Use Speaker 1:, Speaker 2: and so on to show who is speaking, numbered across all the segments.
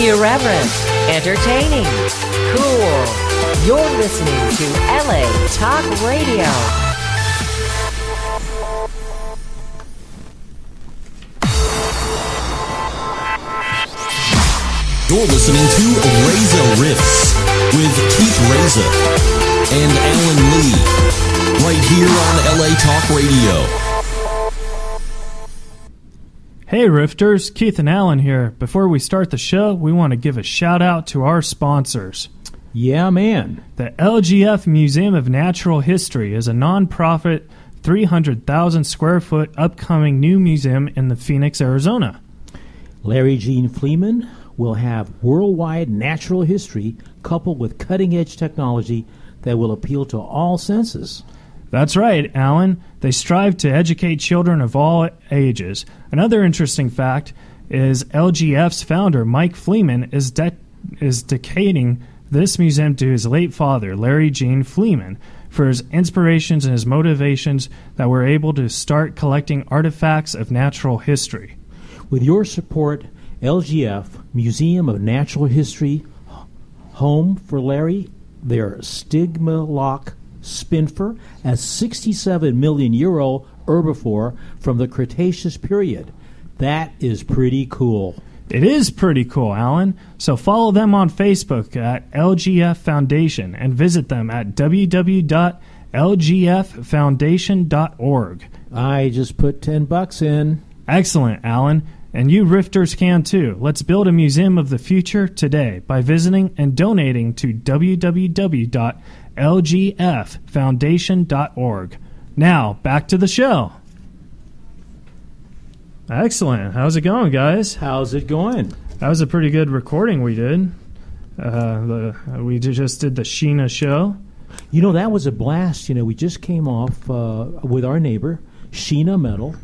Speaker 1: Irreverent, entertaining, cool. You're listening to LA Talk Radio.
Speaker 2: You're listening to Razor Riffs with Keith Razor and Alan Lee right here on LA Talk Radio.
Speaker 3: Hey Rifters, Keith and Alan here. Before we start the show, we want to give a shout out to our sponsors.
Speaker 4: Yeah, man.
Speaker 3: The LGF Museum of Natural History is a nonprofit 300,000 square foot upcoming new museum in the Phoenix, Arizona.
Speaker 4: Larry Jean Fleeman will have worldwide natural history coupled with cutting edge technology that will appeal to all senses.
Speaker 3: That's right, Alan. They strive to educate children of all ages. Another interesting fact is LGF's founder, Mike Fleeman, is, de- is dedicating this museum to his late father, Larry Jean Fleeman, for his inspirations and his motivations that were able to start collecting artifacts of natural history.
Speaker 4: With your support, LGF, Museum of Natural History, Home for Larry, their Stigma Lock Spinfer, a 67 million euro herbivore from the Cretaceous period. That is pretty cool.
Speaker 3: It is pretty cool, Alan. So follow them on Facebook at LGF Foundation and visit them at www.lgffoundation.org.
Speaker 4: I just put 10 bucks in.
Speaker 3: Excellent, Alan. And you rifters can too. Let's build a museum of the future today by visiting and donating to www.lgffoundation.org. Now, back to the show. Excellent. How's it going, guys?
Speaker 4: How's it going?
Speaker 3: That was a pretty good recording we did. Uh, the, we ju- just did the Sheena show.
Speaker 4: You know, that was a blast. You know, we just came off uh, with our neighbor, Sheena Metal,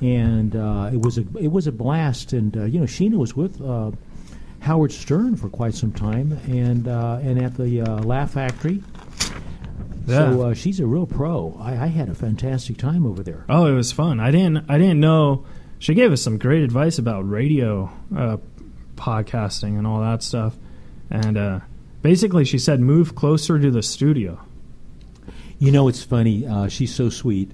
Speaker 4: and uh, it was a it was a blast. And uh, you know, Sheena was with uh, Howard Stern for quite some time, and uh, and at the uh, Laugh Factory. So
Speaker 3: Yeah.
Speaker 4: uh, she's a real pro. I, I had a fantastic time over there.
Speaker 3: Oh, it was fun. I didn't. I didn't know. She gave us some great advice about radio, uh, podcasting, and all that stuff. And uh, basically, she said move closer to the studio.
Speaker 4: You know, it's funny. Uh, she's so sweet.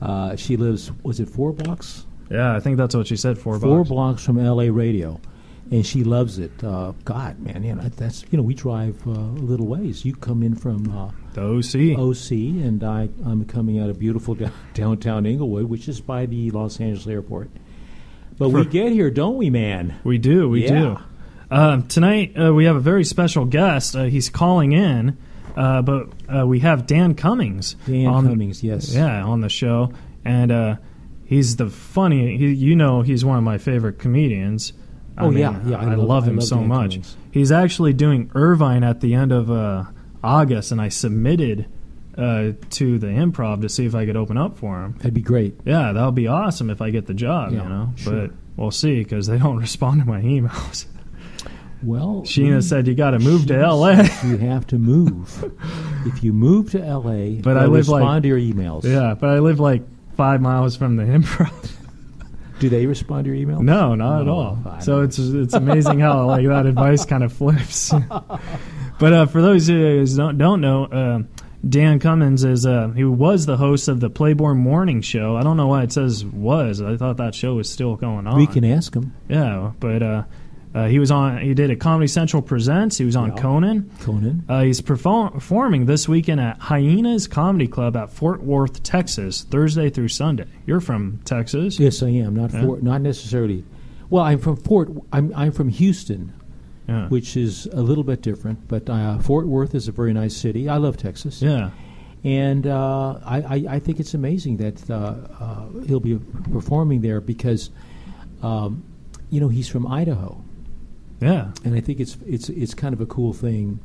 Speaker 4: Uh, she lives was it four blocks?
Speaker 3: Yeah, I think that's what she said. Four,
Speaker 4: four
Speaker 3: blocks.
Speaker 4: blocks from LA radio, and she loves it. Uh, God, man, you know that's you know we drive uh, a little ways. You come in from
Speaker 3: The OC.
Speaker 4: uh, OC, and I I'm coming out of beautiful down, downtown Inglewood, which is by the Los Angeles airport. But we
Speaker 3: For-
Speaker 4: get here, don't we, man?
Speaker 3: We do, we
Speaker 4: Yeah.
Speaker 3: do. Um, tonight uh, we have a very special guest. Uh, he's calling in, uh, but uh, we have Dan Cummings.
Speaker 4: Dan
Speaker 3: on-
Speaker 4: Cummings, yes.
Speaker 3: yeah, on the show, and uh, he's the funny. He, you know, he's one of my favorite comedians. I
Speaker 4: Oh,
Speaker 3: mean,
Speaker 4: yeah, yeah,
Speaker 3: I,
Speaker 4: I
Speaker 3: love,
Speaker 4: love- I
Speaker 3: him
Speaker 4: love
Speaker 3: so
Speaker 4: Dan
Speaker 3: much.
Speaker 4: Cummings.
Speaker 3: He's actually doing Irvine at the end of uh, August, and I submitted uh, to the improv to see if I could open up for him.
Speaker 4: That'd be great.
Speaker 3: Yeah, that'll be awesome if I get the job,
Speaker 4: Yeah,
Speaker 3: you know.
Speaker 4: sure.
Speaker 3: But we'll see because they don't respond to my emails.
Speaker 4: Well,
Speaker 3: Sheena said you got to move to
Speaker 4: Sheena
Speaker 3: L.A.
Speaker 4: said you have to move. if you move to LA,
Speaker 3: But I
Speaker 4: they'll
Speaker 3: live, like-
Speaker 4: respond to your emails.
Speaker 3: yeah, but I live like five miles from the improv.
Speaker 4: Do they respond to your emails?
Speaker 3: No, not
Speaker 4: No,
Speaker 3: at all.
Speaker 4: I
Speaker 3: So
Speaker 4: know.
Speaker 3: it's it's amazing how like that advice kind of flips. but uh, for those who don't don't know, uh, Dan Cummins is uh, he was the host of the Playboy Morning Show. I don't know why it says was. I thought that show was still going on.
Speaker 4: We can ask them.
Speaker 3: Yeah, but uh, uh, he was on. He did a Comedy Central presents. He was on
Speaker 4: Yeah.
Speaker 3: Conan.
Speaker 4: Conan.
Speaker 3: Uh, he's perform- performing this weekend at Hyenas Comedy Club at Fort Worth, Texas, Thursday through Sunday. You're from Texas.
Speaker 4: Yes, I am. Not Fort, not necessarily. Well, I'm from Fort. I'm I'm from Houston,
Speaker 3: Yeah.
Speaker 4: which is a little bit different. But uh, Fort Worth is a very nice city. I love Texas.
Speaker 3: Yeah.
Speaker 4: And uh, I, I I think it's amazing that uh, uh, he'll be performing there because, um, you know, he's from Idaho,
Speaker 3: Yeah.
Speaker 4: and I think it's it's it's kind of a cool thing,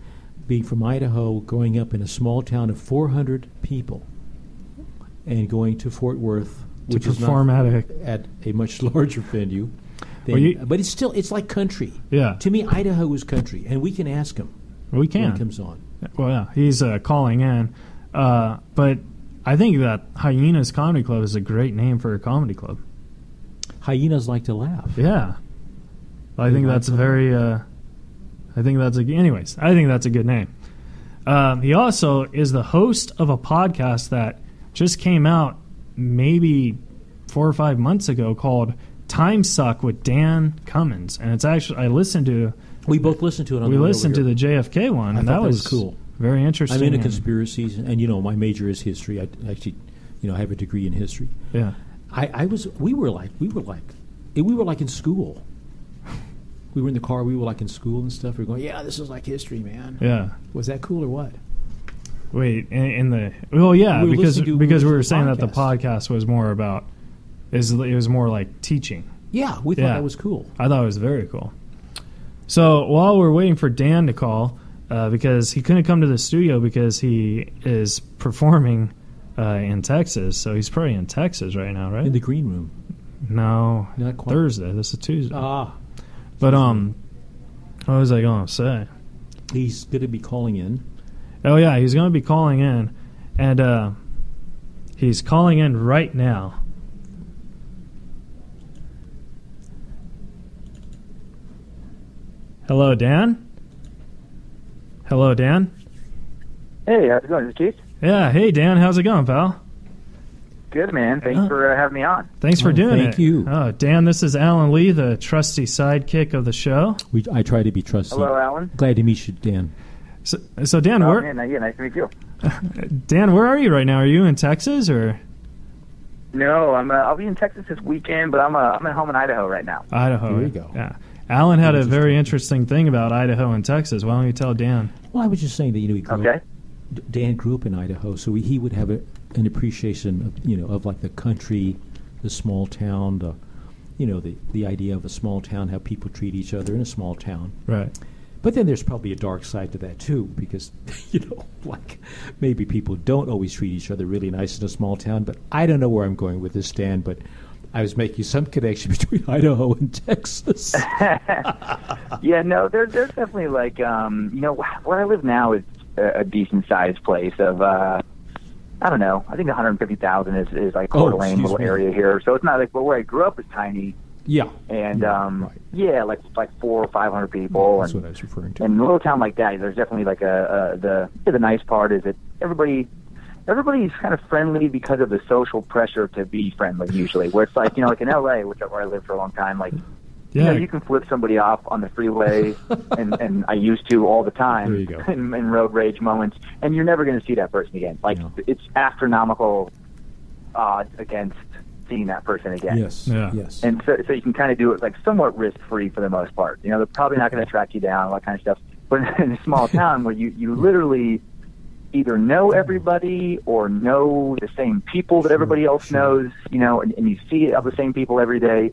Speaker 4: being from Idaho, growing up in a small town of 400 people, and going to Fort Worth, which
Speaker 3: to
Speaker 4: is not
Speaker 3: perform at a
Speaker 4: at a much larger venue. Than,
Speaker 3: Well, you-
Speaker 4: but it's still it's like country.
Speaker 3: Yeah.
Speaker 4: To me, Idaho is country, and we can ask him
Speaker 3: we
Speaker 4: when
Speaker 3: can.
Speaker 4: he comes on.
Speaker 3: Well, yeah, he's uh, calling in, uh, but I think that Hyenas Comedy Club is a great name for a comedy club.
Speaker 4: Hyenas like to laugh.
Speaker 3: Yeah, I think
Speaker 4: like
Speaker 3: that's
Speaker 4: that.
Speaker 3: very uh, I think that's a. Anyways, I think that's a good name. Um, he also is the host of a podcast that just came out maybe four or five months ago called Time Suck with Dan Cummins, and it's actually I listened to
Speaker 4: We both listened to it. on
Speaker 3: we
Speaker 4: the way over
Speaker 3: listened to
Speaker 4: here.
Speaker 3: the JFK one, and
Speaker 4: thought
Speaker 3: that
Speaker 4: that was
Speaker 3: was
Speaker 4: cool.
Speaker 3: very interesting.
Speaker 4: I'm into
Speaker 3: and-
Speaker 4: conspiracies, and you know my major is history. I actually, you know, have a degree in history.
Speaker 3: yeah,
Speaker 4: I, I was. We were like. We were like. eh, We were like in school. We were in the car. We were like in school and stuff. We were going. Yeah, this is like history, man.
Speaker 3: yeah.
Speaker 4: Was that cool or what?
Speaker 3: Wait, in, in the well, yeah,
Speaker 4: We were
Speaker 3: because
Speaker 4: listening to- we
Speaker 3: because
Speaker 4: were
Speaker 3: we were
Speaker 4: listening
Speaker 3: saying
Speaker 4: to
Speaker 3: that the podcast was more about is it was more like teaching.
Speaker 4: Yeah, we thought
Speaker 3: Yeah.
Speaker 4: that was cool.
Speaker 3: I thought it was very cool. So while we're waiting for Dan to call, uh, because he couldn't come to the studio because he is performing uh, in Texas, so he's probably in Texas right now, right?
Speaker 4: In the green room.
Speaker 3: no,
Speaker 4: Not quite.
Speaker 3: Thursday. This is Tuesday.
Speaker 4: Ah,
Speaker 3: but um, what was I going to say?
Speaker 4: he's going to be calling in.
Speaker 3: Oh yeah, he's going to be calling in, and uh, he's calling in right now. Hello, Dan. Hello, Dan.
Speaker 5: Hey, how's it going, Keith?
Speaker 3: Yeah, hey Dan, how's it going, pal?
Speaker 5: Good, man. Thanks for uh, having me on.
Speaker 3: Thanks for
Speaker 4: Oh,
Speaker 3: doing it.
Speaker 4: thank you.
Speaker 3: Oh, Dan, this is Alan Lee, the trusty sidekick of the show.
Speaker 4: We, I try to be trusted.
Speaker 5: Hello, Alan.
Speaker 4: Glad to meet you, Dan.
Speaker 3: So, so Dan,
Speaker 5: Oh,
Speaker 3: where
Speaker 5: man, yeah, nice to meet you.
Speaker 3: Dan, where are you right now? Are you in Texas or
Speaker 5: No, I'm. Uh, I'll be in Texas this weekend, but I'm. Uh, I'm at home in Idaho right now.
Speaker 3: Idaho?
Speaker 4: There you go.
Speaker 3: Yeah. Alan had a very interesting thing about Idaho and Texas. Why don't you tell Dan?
Speaker 4: Well, I was just saying that you know he grew
Speaker 5: Okay.
Speaker 4: up, D- Dan grew up in Idaho, so he would have a, an appreciation of you know of like the country, the small town, the you know the the idea of a small town, how people treat each other in a small town.
Speaker 3: Right.
Speaker 4: But then there's probably a dark side to that too, because you know like maybe people don't always treat each other really nice in a small town. But I don't know where I'm going with this, Dan. But I was making some connection between Idaho and Texas.
Speaker 5: Yeah, no, there, there's definitely like, um, you know, wh- where I live now is a, a decent sized place of, uh, I don't know, I think 150,000 is, is like
Speaker 4: Oh,
Speaker 5: Coeur d'Alene,
Speaker 4: excuse
Speaker 5: little
Speaker 4: me.
Speaker 5: area here. So it's not like, but where I grew up is tiny,
Speaker 4: yeah,
Speaker 5: and
Speaker 4: Yeah,
Speaker 5: um,
Speaker 4: right.
Speaker 5: yeah, like like four or 500 people,
Speaker 4: that's
Speaker 5: and
Speaker 4: what I was referring to.
Speaker 5: in a little town like that, there's definitely like a, a the yeah, the nice part is that everybody everybody's kind of friendly because of the social pressure to be friendly usually. Where it's like you know like in L.A., which where I lived for a long time, like you know
Speaker 3: Yeah.
Speaker 5: you can flip somebody off on the freeway, and and I used to all the time
Speaker 4: There you go.
Speaker 5: in, in road rage moments, and you're never going to see that person again. Like
Speaker 4: Yeah.
Speaker 5: it's astronomical odds against seeing that person again.
Speaker 4: Yes.
Speaker 3: Yeah.
Speaker 4: Yes.
Speaker 5: And so, so you can kind of do it like somewhat risk free for the most part. You know, they're probably not going to track you down, all that kind of stuff. But in a small town where you, you literally either know everybody or know the same people that everybody else knows, you know, and, and you see all the same people every day,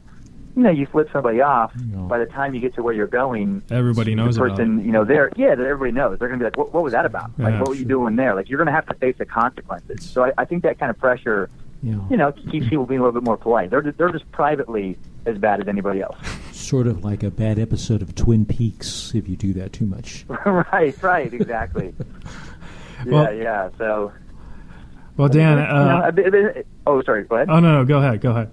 Speaker 5: you know, you flip somebody off.
Speaker 4: No.
Speaker 5: By the time you get to where you're going,
Speaker 3: Everybody knows
Speaker 5: the
Speaker 3: about it.
Speaker 5: person, you know, there, yeah, that everybody knows. They're going to be like, what, what was that about? Like,
Speaker 3: Yeah,
Speaker 5: what were you doing there? Like, you're going to have to face the consequences. So I, I think that kind of pressure
Speaker 4: yeah.
Speaker 5: you know, keeps people being a little bit more polite. They're they're just privately as bad as anybody else.
Speaker 4: sort of like a bad episode of Twin Peaks if you do that too much.
Speaker 5: right, right, exactly. yeah,
Speaker 3: Well-
Speaker 5: yeah. So,
Speaker 3: Well, Dan.
Speaker 5: you know,
Speaker 3: Uh,
Speaker 5: a bit- a bit- oh, sorry. Go ahead.
Speaker 3: oh no, no, go ahead, go ahead.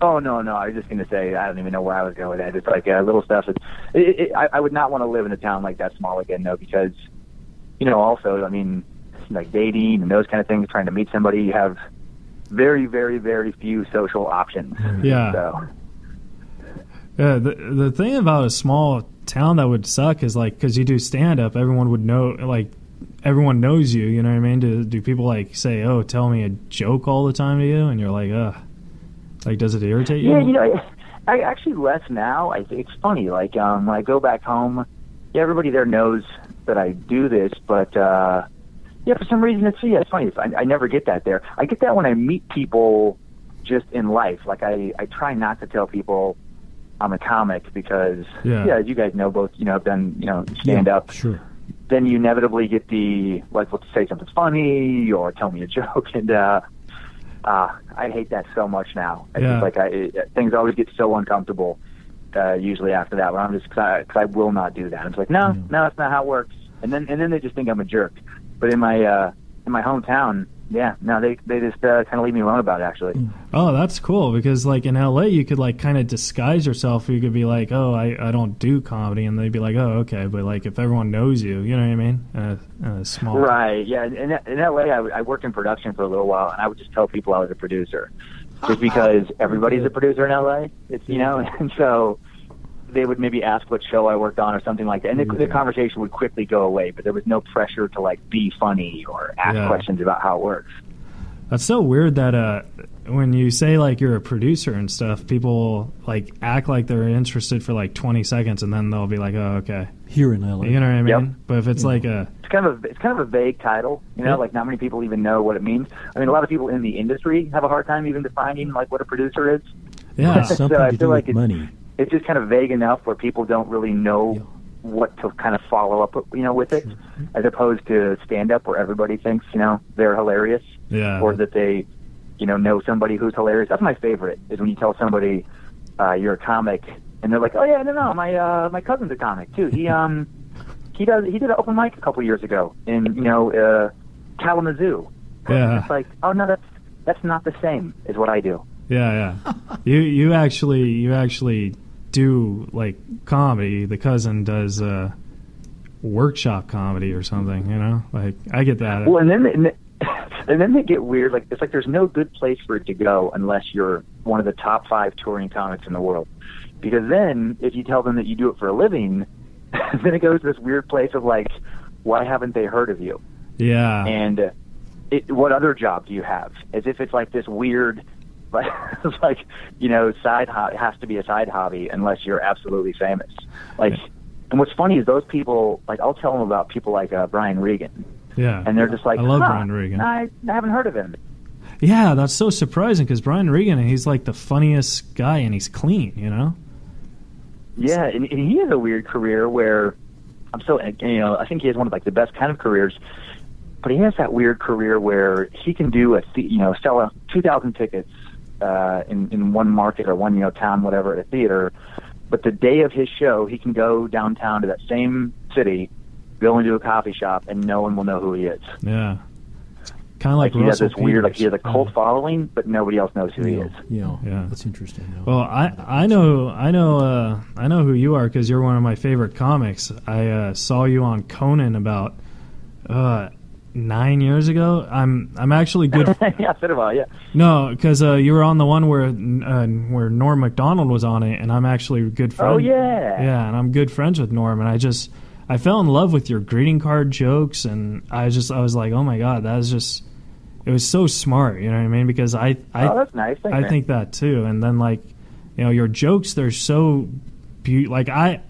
Speaker 5: oh no, no. I was just gonna say I don't even know where I was going with that. It's like uh, little stuff. It, it, it, I, I would not want to live in a town like that small again, though, because you know, also, I mean, like dating and those kind of things, trying to meet somebody, you have very, very, very few social options.
Speaker 3: Yeah.
Speaker 5: So.
Speaker 3: Yeah, the the thing about a small town that would suck is like because you do stand up, everyone would know like everyone knows you. You know what I mean? Do do people like say, "Oh, tell me a joke all the time" to you, and you're like, "Ugh," like does it irritate you?
Speaker 5: Yeah, you know, I, I actually less now. I, it's funny. Like um, when I go back home, yeah, everybody there knows that I do this, but uh, yeah, for some reason, it's yeah, it's funny. I, I never get that there. I get that when I meet people just in life. Like I, I try not to tell people I'm a comic because
Speaker 3: Yeah.
Speaker 5: yeah as you guys know, both you know, I've done you know stand up
Speaker 4: Sure.
Speaker 5: then you inevitably get the like let's say something funny or tell me a joke and uh uh i hate that so much now it's
Speaker 3: Yeah.
Speaker 5: just like i it, things always get so uncomfortable uh usually after that when i'm just because I, 'cause I will not do that i'm just like no no that's not how it works and then and then they just think i'm a jerk but in my uh in my hometown yeah, no, they they just uh, kind of leave me alone about it actually.
Speaker 3: Oh, that's cool because like in LA you could like kind of disguise yourself. You could be like, "Oh, I, I don't do comedy." And they'd be like, "Oh, okay." But like if everyone knows you, you know what I mean? Uh, uh, small.
Speaker 5: Right. Yeah. In, in LA, I, I worked in production for a little while, and I would just tell people I was a producer, just because everybody's a producer in LA. It's you know, and so they would maybe ask what show I worked on or something like that, and the, the
Speaker 3: Mm-hmm.
Speaker 5: conversation would quickly go away. But there was no pressure to like be funny or ask
Speaker 3: Yeah.
Speaker 5: questions about how it works.
Speaker 3: That's so weird that uh when you say like you're a producer and stuff, people like act like they're interested for like 20 seconds and then they'll be like, "Oh, okay."
Speaker 4: here in LA.
Speaker 3: You know what I mean?
Speaker 5: Yep. Mm-hmm.
Speaker 3: But if it's like a
Speaker 5: It's kind of a, it's kind of a vague title, you know.
Speaker 3: Yeah.
Speaker 5: Like not many people even know what it means. I mean, a lot of people in the industry have a hard time even defining like what a producer is.
Speaker 3: yeah,
Speaker 4: It's something
Speaker 5: So I
Speaker 4: to
Speaker 5: feel
Speaker 4: do
Speaker 5: like
Speaker 4: with
Speaker 5: it's-
Speaker 4: money.
Speaker 5: it's just kind of vague enough where people don't really know what to kind of follow up, you know, with it, as opposed to stand up where everybody thinks, you know, they're hilarious
Speaker 3: yeah.
Speaker 5: or that they, you know, know somebody who's hilarious. That's my favorite is when you tell somebody uh, you're a comic and they're like, oh yeah, no, no, my uh, my cousin's a comic too. He um he does he did an open mic a couple years ago in you know uh, Kalamazoo.
Speaker 3: yeah.
Speaker 5: It's like, oh no, that's that's not the same as what I do.
Speaker 3: Yeah, yeah. you you actually you actually do like comedy. The cousin does uh, workshop comedy or something. You know, like I get that.
Speaker 5: Well, and then and then- and then they get weird. Like it's like there's no good place for it to go unless you're one of the top five touring comics in the world, because then if you tell them that you do it for a living, then it goes to this weird place of like, why haven't they heard of you?
Speaker 3: yeah,
Speaker 5: And uh, it, what other job do you have? As if it's like this weird. Like, like you know, side ho- it has to be a side hobby unless you're absolutely famous. Like, and what's funny is those people. Like, I'll tell them about people like uh, Brian Regan,
Speaker 3: yeah,
Speaker 5: and they're just like,
Speaker 3: I love
Speaker 5: huh,
Speaker 3: Brian Regan.
Speaker 5: I, I haven't heard of him.
Speaker 3: yeah. That's so surprising because Brian Regan, he's like the funniest guy, and he's clean. You know,
Speaker 5: Yeah, and, and he has a weird career where I'm so you know I think he has one of like the best kind of careers, but he has that weird career where he can do a the- you know sell a two thousand tickets uh, in in one market or one you know town whatever at a theater, but the day of his show he can go downtown to that same city, go into a coffee shop and no one will know who he is.
Speaker 3: yeah. Kind of like,
Speaker 5: Like he has
Speaker 3: Russell
Speaker 5: this weird like he has a
Speaker 3: Peters.
Speaker 5: cult following, but nobody else knows who he
Speaker 4: Yeah,
Speaker 5: is.
Speaker 4: yeah,
Speaker 3: Yeah.
Speaker 4: that's interesting. Though.
Speaker 3: Oh. Well, I I know I know uh, I know who you are because you're one of my favorite comics. I uh, saw you on Conan about uh, nine years ago. I'm I'm actually good.
Speaker 5: yeah, Cinema, yeah.
Speaker 3: no, because uh, you were on the one where uh, where Norm Macdonald was on it, and I'm actually good friend.
Speaker 5: Oh yeah.
Speaker 3: yeah, and I'm good friends with Norm, and I just I fell in love with your greeting card jokes, and I just I was like, oh my god, that was just it was so smart. You know what I mean? Because I I
Speaker 5: Oh, that's nice. Thanks,
Speaker 3: I
Speaker 5: man.
Speaker 3: think that too. And then like, you know, your jokes they're so be- like I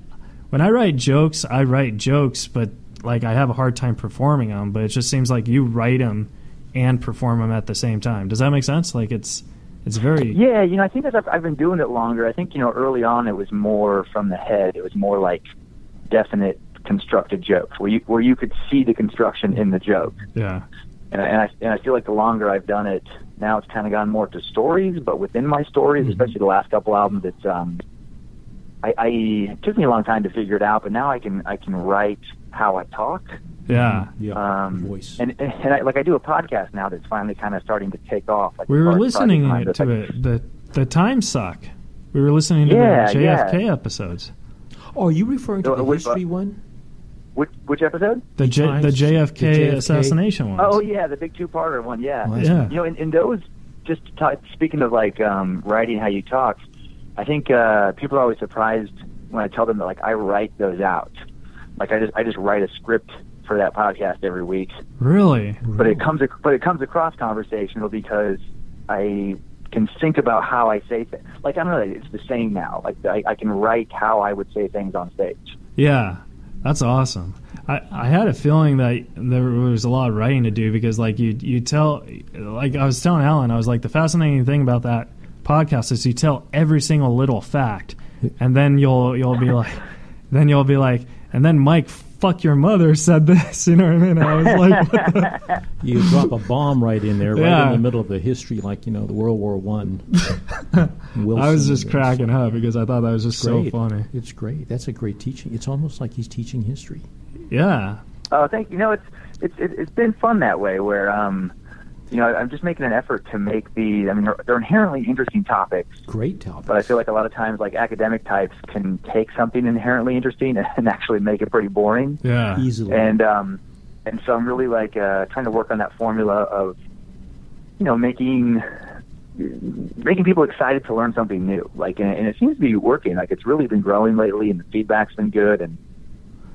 Speaker 3: when I write jokes, I write jokes, but like I have a hard time performing them, but it just seems like you write them and perform them at the same time. Does that make sense? Like it's it's very
Speaker 5: Yeah, you know, I think as I've, I've been doing it longer, I think you know, early on it was more from the head. It was more like definite constructed jokes where you where you could see the construction in the joke.
Speaker 3: yeah.
Speaker 5: And I, and I and I feel like the longer I've done it, now it's kind of gone more to stories, but within my stories,
Speaker 3: Mm-hmm.
Speaker 5: especially the last couple albums, it's um, I, I it took me a long time to figure it out, but now I can I can write how I talk.
Speaker 3: Yeah.
Speaker 4: yeah,
Speaker 5: Um,
Speaker 4: voice.
Speaker 5: And and, and I, like I do a podcast now that's finally kind of starting to take off. Like,
Speaker 3: We
Speaker 5: as
Speaker 3: were
Speaker 5: far as project
Speaker 3: listening
Speaker 5: time, but it's
Speaker 3: to
Speaker 5: like-
Speaker 3: it the the time suck. We were listening to
Speaker 5: Yeah,
Speaker 3: the
Speaker 5: yeah.
Speaker 3: JFK episodes.
Speaker 4: Oh, Are you referring to
Speaker 5: No,
Speaker 4: the
Speaker 5: wait,
Speaker 4: history one?
Speaker 5: Which which episode?
Speaker 3: The, J-
Speaker 4: Times-
Speaker 3: the JFK,
Speaker 4: the JFK.
Speaker 3: assassination ones.
Speaker 5: Oh yeah, the big two-parter one. Yeah,
Speaker 4: Wow.
Speaker 3: Oh, yeah.
Speaker 5: you know, in, in those, just to talk, speaking of like um, writing how you talk, I think uh, people are always surprised when I tell them that like I write those out. Like I just I just write a script for that podcast every week,
Speaker 3: Really?
Speaker 5: but it comes ac- but it comes across conversational because I can think about how I say things. Like I don't know, it's the same now. Like I, I can write how I would say things on stage.
Speaker 3: Yeah, that's awesome. I, I had a feeling that there was a lot of writing to do because like you you tell like I was telling Alan I was like the fascinating thing about that podcast is you tell every single little fact and then you'll you'll be like then you'll be like and then Mike fuck your mother said this you know what I mean I was like what the-
Speaker 4: You drop a bomb right in there, right
Speaker 3: Yeah.
Speaker 4: in the middle of the history, like you know, the World War One.
Speaker 3: I was just cracking up because I thought that was just so
Speaker 4: Great.
Speaker 3: funny
Speaker 4: It's great. That's a great teaching. It's almost like he's teaching history.
Speaker 3: yeah
Speaker 5: Uh, Oh, thank you. No, it's it's it- it's been fun that way. Where um, you know, I'm just making an effort to make the. I mean, they're- they're inherently interesting topics,
Speaker 4: Great topic.
Speaker 5: but I feel like a lot of times, like academic types can take something inherently interesting and actually make it pretty boring.
Speaker 3: Yeah.
Speaker 4: Easily.
Speaker 5: And um, and so I'm really like uh, trying to work on that formula of, you know, making making people excited to learn something new. Like, and, and it seems to be working. Like, it's really been growing lately, and the feedback's been good, and,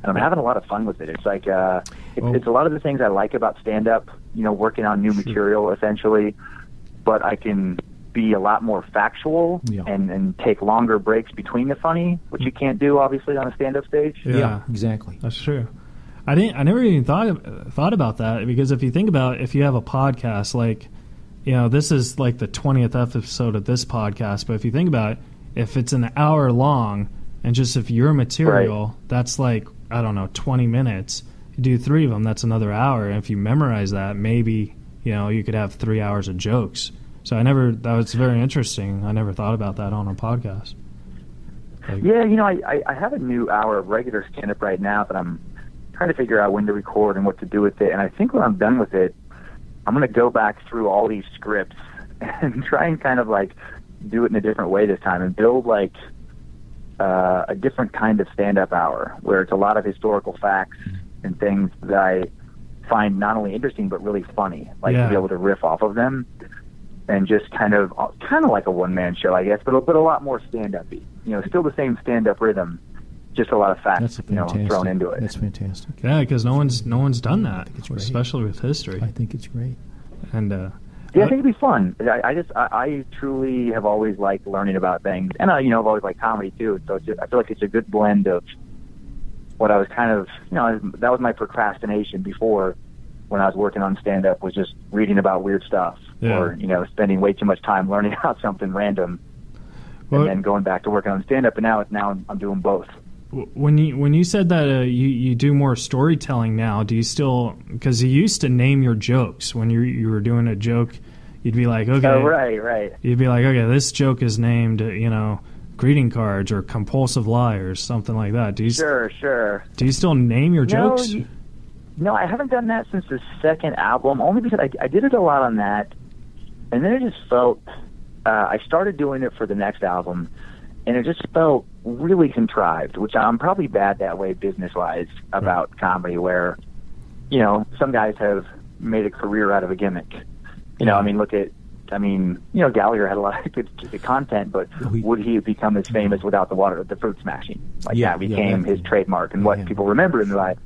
Speaker 5: and I'm having a lot of fun with it. It's like uh, it's,
Speaker 4: Oh.
Speaker 5: it's a lot of the things I like about stand up. You know, working on new material essentially, but I can be a lot more factual
Speaker 4: Yeah.
Speaker 5: and, and take longer breaks between the funny, which you can't do obviously on a stand up stage.
Speaker 3: Yeah.
Speaker 4: exactly.
Speaker 3: That's true. I didn't. I never even thought of- thought about that because if you think about if you have a podcast, like you know, this is like the twentieth episode of this podcast. But if you think about it, if it's an hour long, and just if your material, that's like I don't know, twenty minutes. You do three of them, that's another hour. And if you memorize that, maybe you know you could have three hours of jokes. So I never. That was very interesting. I never thought about that on a podcast.
Speaker 5: Yeah, you know, I, I, I have a new hour of regular stand up right now that I'm trying to figure out when to record and what to do with it. And I think when I'm done with it, I'm going to go back through all these scripts and try and kind of like do it in a different way this time and build like uh, a different kind of stand up hour where it's a lot of historical facts and things that I find not only interesting but really funny, like
Speaker 3: Yeah.
Speaker 5: to be able to riff off of them. And just kind of, uh, kind of like a one-man show, I guess, but a, but a lot more stand-up. You know, still the same stand-up rhythm, just a lot of facts,
Speaker 4: That's a
Speaker 5: you know,
Speaker 4: fantastic.
Speaker 5: thrown into it.
Speaker 4: That's fantastic.
Speaker 3: Yeah, because no one's no one's done that,
Speaker 4: it's great.
Speaker 3: especially with history.
Speaker 4: I think it's great.
Speaker 3: And uh,
Speaker 5: Yeah, I think it'd be fun. I, I just, I, I truly have always liked learning about things, and I, you know, I've always liked comedy too. So it's just, I feel like it's a good blend of what I was kind of, you know, that was my procrastination before when I was working on stand up was just reading about weird stuff
Speaker 3: Yeah.
Speaker 5: or you know spending way too much time learning about something random
Speaker 3: Well-
Speaker 5: and then going back to working on stand up. And now, now I'm, I'm doing both.
Speaker 3: w- when you when you said that uh, you you do more storytelling now, do you still? Because you used to name your jokes when you you were doing a joke, you'd be like, okay,
Speaker 5: Oh, right, right.
Speaker 3: you'd be like, okay, this joke is named, uh, you know, greeting cards or compulsive liars, something like that. Do you s-
Speaker 5: Sure, sure.
Speaker 3: do you still name your jokes?
Speaker 5: you- no, I haven't done that since the second album, only because I, I did it a lot on that, and then it just felt. Uh, I started doing it for the next album, and it just felt really contrived. Which I'm probably bad that way, business wise,
Speaker 4: Hmm.
Speaker 5: about comedy, where you know some guys have made a career out of a gimmick. You know, I
Speaker 4: Hmm.
Speaker 5: mean, look at. I mean, you know, Gallagher had a lot of good, good content, but
Speaker 4: Oh, he-
Speaker 5: would he have become as famous without the water, the fruit smashing? Like
Speaker 4: Yeah,
Speaker 5: that
Speaker 4: yeah,
Speaker 5: became
Speaker 4: that-
Speaker 5: his trademark and what
Speaker 4: Yeah.
Speaker 5: people remember him by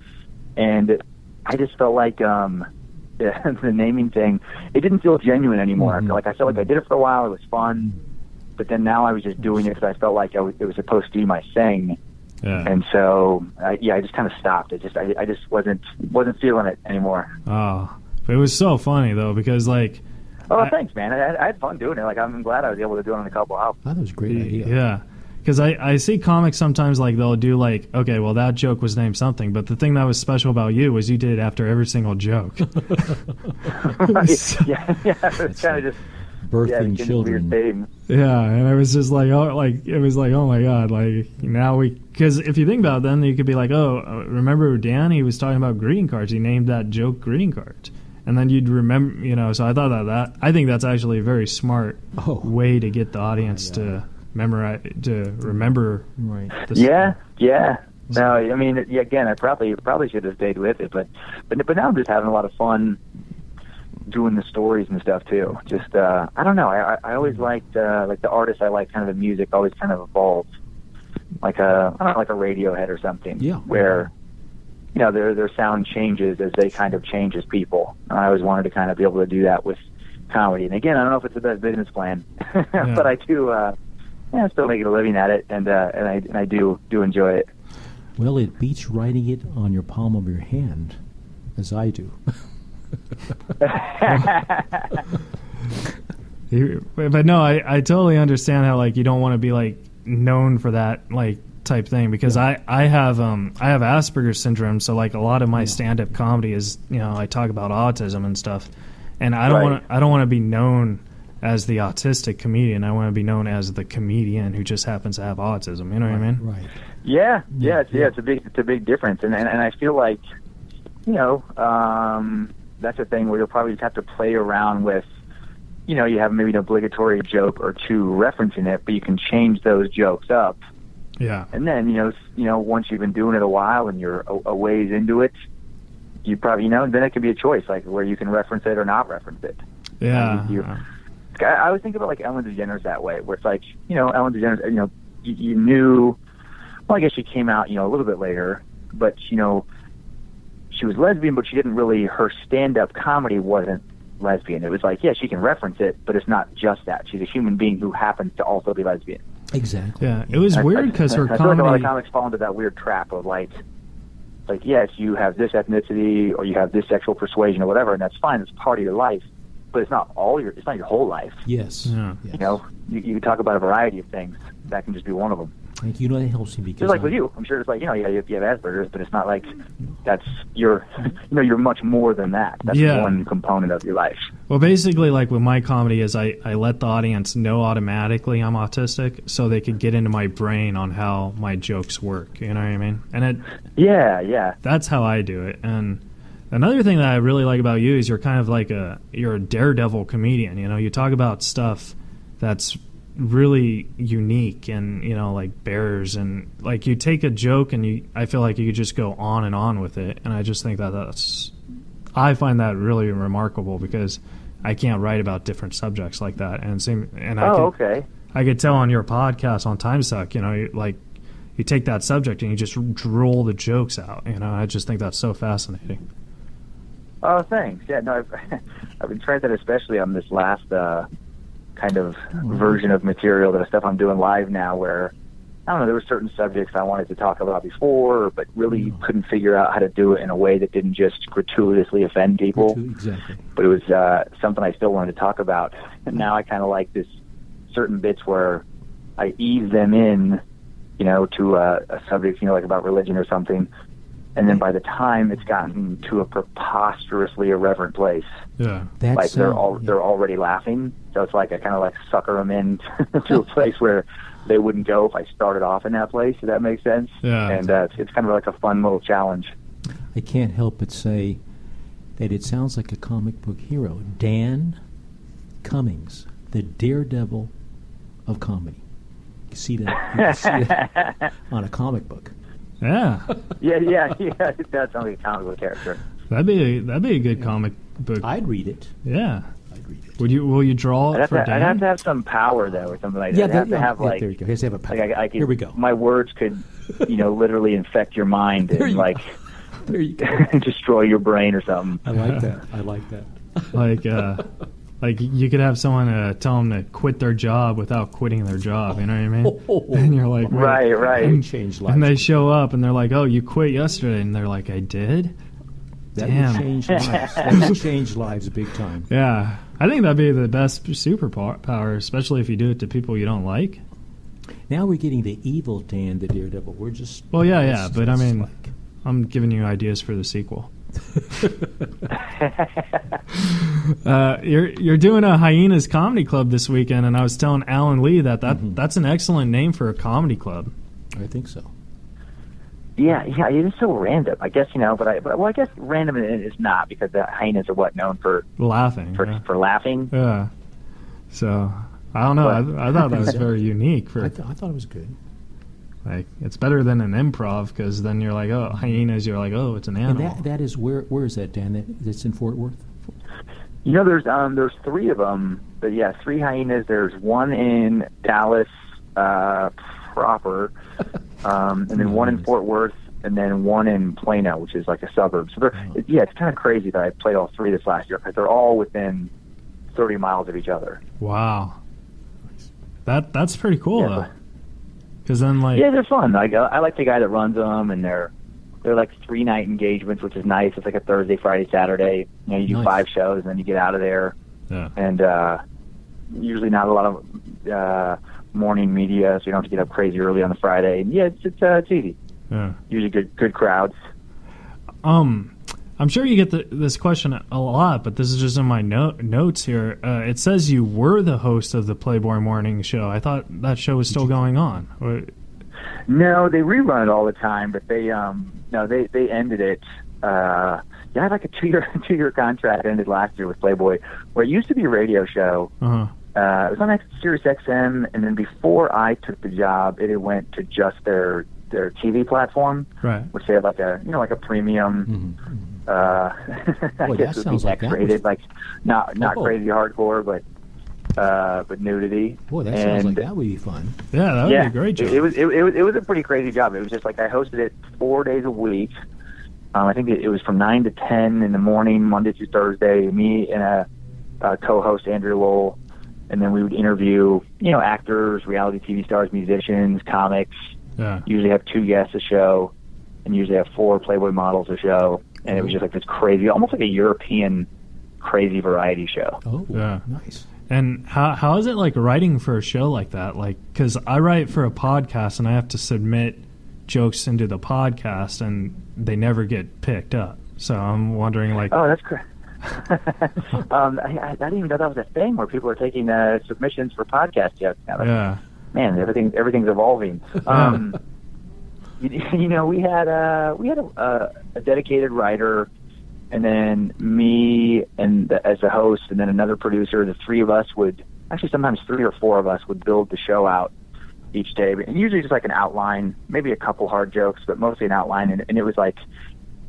Speaker 5: and I just felt like um, the naming thing, it didn't feel genuine anymore. I felt like I felt like I did it for a while; it was fun, but then now I was just doing it because I felt like I was, it was supposed to be my thing,
Speaker 3: Yeah.
Speaker 5: and so I, yeah, I just kind of stopped. It just I, I just wasn't wasn't feeling it anymore.
Speaker 3: Oh, but it was so funny though because like
Speaker 5: Oh,
Speaker 3: I-
Speaker 5: thanks, man. I, I had fun doing it. Like I'm glad I was able to do it on a couple albums.
Speaker 4: I thought it was a great idea.
Speaker 3: Yeah. Because I, I see comics sometimes like they'll do like, okay, well, that joke was named something, but the thing that was special about you was you did it after every single joke.
Speaker 5: yeah, yeah, it's kind of just yeah,
Speaker 4: Birthing
Speaker 5: it's just a
Speaker 4: children.
Speaker 5: weird thing.
Speaker 3: yeah. And I was just like, oh, like, it was like, oh my God, like, now we, because if you think about it, then you could be like, oh, uh, remember Dan? He was talking about greeting cards. He named that joke greeting cards. And then you'd remember, you know, so I thought that, that I think that's actually a very smart
Speaker 4: Oh.
Speaker 3: way to get the audience to memorize, to remember
Speaker 4: Right.
Speaker 3: the
Speaker 5: Yeah, yeah. No, I mean, yeah, again, I probably probably should have stayed with it, but but but now I'm just having a lot of fun doing the stories and stuff too. Just uh, I don't know. I I I always liked uh, like the artists I like, kind of the music always kind of evolved, like a I don't know, like a Radiohead or something.
Speaker 4: Yeah.
Speaker 5: Where you know their their sound changes as they kind of change as people. And I always wanted to kind of be able to do that with comedy. And again, I don't know if it's the best business plan, but I do. Uh, yeah, I'm still making a living at it, and uh, and I and I do do enjoy it.
Speaker 4: Well, it beats writing it on your palm of your hand, as I do.
Speaker 3: You- but no, I, I totally understand how like you don't want to be like known for that like type thing because I, I have um I have Asperger's syndrome so like a lot of my stand up comedy is you know I talk about autism and stuff and I don't
Speaker 5: Right.
Speaker 3: want I don't want to be known as the autistic comedian I want to be known as the comedian who just happens to have autism you know what I mean
Speaker 4: Right.
Speaker 5: Yeah, yeah, it's, yeah. It's a big, it's a big difference, and and, and I feel like, you know, um, that's a thing where you'll probably just have to play around with, you know, you have maybe an obligatory joke or two referencing it, but you can change those jokes up.
Speaker 3: Yeah.
Speaker 5: And then you know, s- you know, once you've been doing it a while and you're a, a ways into it, you probably you know, then it could be a choice like where you can reference it or not reference it.
Speaker 3: Yeah.
Speaker 5: You- I, I always think about like Ellen DeGeneres that way, where it's like you know Ellen DeGeneres, you know, you, you knew. Well, I guess she came out, you know, a little bit later, but you know, she was lesbian, but she didn't really. Her stand-up comedy wasn't lesbian. It was like, yeah, she can reference it, but it's not just that. She's a human being who happens to also be lesbian.
Speaker 4: Exactly.
Speaker 3: Yeah. It was
Speaker 5: I-
Speaker 3: weird because
Speaker 5: I-
Speaker 3: her
Speaker 5: I feel like a lot of
Speaker 3: comedy.
Speaker 5: comics fall into that weird trap of like, like yes, you have this ethnicity or you have this sexual persuasion or whatever, and that's fine. It's part of your life, but it's not all your. It's not your whole life.
Speaker 4: Yes.
Speaker 3: Yeah.
Speaker 4: Yes.
Speaker 5: You know, you, you can talk about a variety of things. That can just be one of them.
Speaker 4: Thank you. you know, that helps me because
Speaker 5: Just like
Speaker 4: I-
Speaker 5: with you, I'm sure it's like you know you have, you have Asperger's, but it's not like that's you're you know you're much more than that. That's
Speaker 3: Yeah.
Speaker 5: one component of your life.
Speaker 3: Well, basically, like with my comedy, is I, I let the audience know automatically I'm autistic, so they could get into my brain on how my jokes work. You know what I mean? And it
Speaker 5: Yeah, yeah,
Speaker 3: that's how I do it. And another thing that I really like about you is you're kind of like a you're a daredevil comedian. You know, you talk about stuff that's really unique and you know like bears and like you take a joke and you I feel like you could just go on and on with it. And I just think that that's I find that really remarkable because. I can't write about different subjects like that, and same, and I
Speaker 5: Oh,
Speaker 3: could-
Speaker 5: okay.
Speaker 3: I could tell on your podcast on Time Suck, you know, you, like you take that subject and you just droll the jokes out. You know, I just think that's so fascinating.
Speaker 5: Oh, thanks. Yeah, no, I've, I've been trying that especially on this last uh, kind of version of material, the stuff I'm doing live now, where I don't know, there were certain subjects I wanted to talk about before, but really couldn't figure out how to do it in a way that didn't just gratuitously offend people.
Speaker 4: Exactly.
Speaker 5: But it was uh, something I still wanted to talk about. And now I kind of like this certain bits where I ease them in, you know, to uh, a subject, you know, like about religion or something. And then by the time it's gotten to a preposterously irreverent place,
Speaker 3: Yeah.
Speaker 4: That's
Speaker 5: like they're
Speaker 4: uh,
Speaker 5: all
Speaker 4: yeah.
Speaker 5: they're already laughing. So it's like I kind of like sucker them in to a place where they wouldn't go if I started off in that place. If that makes sense.
Speaker 3: Yeah.
Speaker 5: And uh, it's, it's kind of like a fun little challenge.
Speaker 4: I can't help but say that it sounds like a comic book hero, Dan Cummings, the daredevil of comedy. You see that, you see that on a comic book.
Speaker 3: Yeah.
Speaker 5: Yeah, yeah, yeah. That sounds like a comic book character.
Speaker 3: That'd be a, that'd be a good comic book.
Speaker 4: I'd read it.
Speaker 3: yeah.
Speaker 4: I'd read it.
Speaker 3: Would you will you draw
Speaker 5: I'd
Speaker 3: it
Speaker 5: have,
Speaker 3: for
Speaker 5: to, I'd
Speaker 3: Dan?
Speaker 5: have to have some power though, or something like that.
Speaker 4: Yeah,
Speaker 5: I'd
Speaker 4: there,
Speaker 5: have to
Speaker 4: yeah,
Speaker 5: have
Speaker 4: yeah,
Speaker 5: like
Speaker 4: there you go. Here's have a
Speaker 5: Like I, I could,
Speaker 4: Here we go.
Speaker 5: My words could, you know, literally infect your mind
Speaker 4: There
Speaker 5: and
Speaker 4: you
Speaker 5: like
Speaker 4: There you go.
Speaker 5: destroy your brain or something.
Speaker 4: I like that. I like that.
Speaker 3: like uh, like you could have someone uh, tell them to quit their job without quitting their job. You know what I mean? and you're like, wait.
Speaker 5: Right,
Speaker 4: Can
Speaker 5: right.
Speaker 4: Oh, change lives.
Speaker 3: And they show up and they're like, "Oh, you quit yesterday," and they're like, "I did."
Speaker 4: that
Speaker 3: Damn.
Speaker 4: would change lives. That would change lives big time.
Speaker 3: Yeah, I think that'd be the best superpower, especially if you do it to people you don't like.
Speaker 4: Now we're getting the evil Dan, the daredevil. We're just
Speaker 3: Well, yeah, yeah,
Speaker 4: it's-
Speaker 3: but I
Speaker 4: it's
Speaker 3: mean-
Speaker 4: like-
Speaker 3: I'm giving you ideas for the sequel. uh, you're you're doing a hyenas comedy club this weekend, and I was telling Alan Lee that, that
Speaker 4: Mm-hmm.
Speaker 3: that's an excellent name for a comedy club.
Speaker 4: I think so.
Speaker 5: Yeah, yeah. It is so random. I guess you know, but I, but well, I guess random it is not because the hyenas are what known for
Speaker 3: Laughing,
Speaker 5: for
Speaker 3: yeah.
Speaker 5: for laughing.
Speaker 3: Yeah. So I don't know. I, I thought that was very unique
Speaker 4: I,
Speaker 3: for
Speaker 4: th- I thought it was good.
Speaker 3: like it's better than an improv because then you're like, oh, hyenas. You're like, oh, it's an
Speaker 4: And
Speaker 3: animal.
Speaker 4: that, that is where where is that Dan? That, that's in Fort Worth.
Speaker 5: You know, there's um there's three of them. But yeah, three hyenas. There's one in Dallas uh, proper, um, and then one in Fort Worth, and then one in Plano, which is like a suburb. So they're yeah, it's kind of crazy that I played all three this last year because they're all within 30 miles of each other.
Speaker 3: wow. That that's pretty cool
Speaker 5: Yeah,
Speaker 3: though.
Speaker 5: but-
Speaker 3: Because then like
Speaker 5: Yeah, they're fun. Like I I like the guy that runs them, and they're they're like three night engagements, which is nice. It's like a Thursday, Friday, Saturday. You know, you do
Speaker 4: Nice.
Speaker 5: five shows, and then you get out of there.
Speaker 3: Yeah.
Speaker 5: and uh, usually not a lot of uh, morning media, so you don't have to get up crazy early on the Friday. And yeah, it's it's, uh, it's easy.
Speaker 3: yeah.
Speaker 5: Usually good good crowds.
Speaker 3: Um, I'm sure you get the, this question a lot, but this is just in my no- notes here. Uh, it says you were the host of the Playboy Morning Show. I thought that show was still going on. Or-
Speaker 5: No, they rerun it all the time, but they um no they they ended it. Uh, yeah, I had like a two year two year contract ended last year with Playboy, where it used to be a radio show.
Speaker 3: Uh-huh.
Speaker 5: Uh, it was on Sirius XM, and then before I took the job, it had went to just their their TV platform,
Speaker 3: Right.
Speaker 5: which they had like a you know like a premium.
Speaker 3: Mm-hmm.
Speaker 5: Uh, I
Speaker 4: Boy,
Speaker 5: guess
Speaker 4: that
Speaker 5: it would
Speaker 4: sounds
Speaker 5: be
Speaker 4: like that was-
Speaker 5: X-rated, like not not
Speaker 4: Oh.
Speaker 5: crazy hardcore, but uh, but nudity.
Speaker 4: Boy, that
Speaker 5: and
Speaker 4: sounds like that would be fun.
Speaker 3: Yeah, that would
Speaker 5: yeah,
Speaker 3: be a great job.
Speaker 5: It, it was it, it was it was a pretty crazy job. It was just like I hosted it four days a week. Um, I think it, it was from nine to ten in the morning, Monday through Thursday. Me and a, a co-host Andrew Lowell, and then we would interview you know actors, reality TV stars, musicians, comics.
Speaker 3: yeah.
Speaker 5: Usually have two guests a show, and usually have four Playboy models a show. And it was just like this crazy, almost like a European crazy variety show.
Speaker 4: Oh,
Speaker 3: Yeah.
Speaker 4: nice.
Speaker 3: And how how is it like writing for a show like that? Like, because I write for a podcast and I have to submit jokes into the podcast, and they never get picked up. So I'm wondering, like,
Speaker 5: Oh, that's correct. um, I, I, I didn't even know that was a thing where people are taking uh, submissions for podcasts yet. Now, that's-
Speaker 3: yeah,
Speaker 5: Man, everything everything's evolving. Um, you, you know, we had uh, we had a, a, a dedicated writer, and then me and the, as a host, and then another producer. The three of us would actually sometimes three or four of us would build the show out each day, and usually just like an outline, maybe a couple hard jokes, but mostly an outline. And, and it was like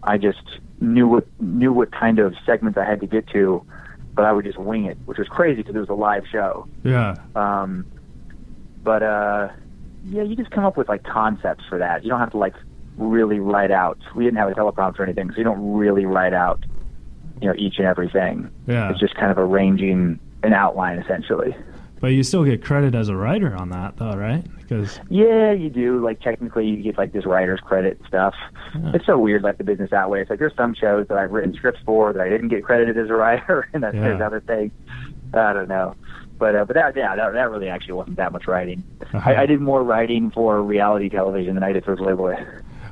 Speaker 5: I just knew what knew what kind of segments I had to get to, but I would just wing it, which was crazy because it was a live show.
Speaker 3: yeah,
Speaker 5: Um, but uh, yeah, you just come up with like concepts for that. You don't have to like really write out. We didn't have a teleprompter or anything, so you don't really write out, you know, each and everything.
Speaker 3: yeah.
Speaker 5: It's just kind of arranging an outline essentially.
Speaker 3: But you still get credit as a writer on that, though, right? Because
Speaker 5: Yeah, you do. Like technically, you get like this writer's credit and stuff. It's so weird, like the business that way. It's like there's some shows that I've written scripts for that I didn't get credited as a writer, and that's
Speaker 3: Yeah.
Speaker 5: there's other things. I don't know, but uh, but that yeah, that, that really actually wasn't that much writing. I, I did more writing for reality television than I did for Playboy.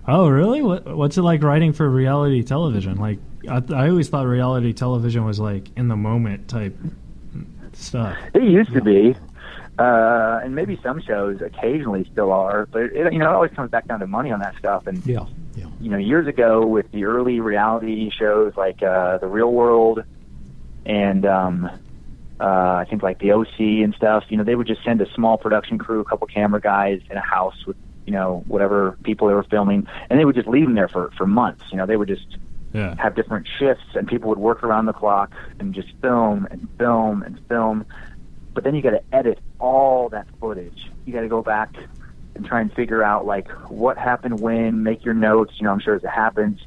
Speaker 3: oh, really? What what's it like writing for reality television? Like, I, I always thought reality television was like in the moment type stuff.
Speaker 5: It used to be, uh, and maybe some shows occasionally still are, but it, you know it always comes back down to money on that stuff and.
Speaker 4: Yeah, yeah.
Speaker 5: you know, years ago with the early reality shows like uh, The Real World and um, uh, I think like The OC and stuff, you know, they would just send a small production crew, a couple camera guys in a house with, you know, whatever people they were filming, and they would just leave them there for, for months. You know, they would just
Speaker 3: Yeah,
Speaker 5: have different shifts and people would work around the clock and just film and film and film but then you got to edit all that footage you got to go back and try and figure out like what happened when make your notes you know i'm sure as it happens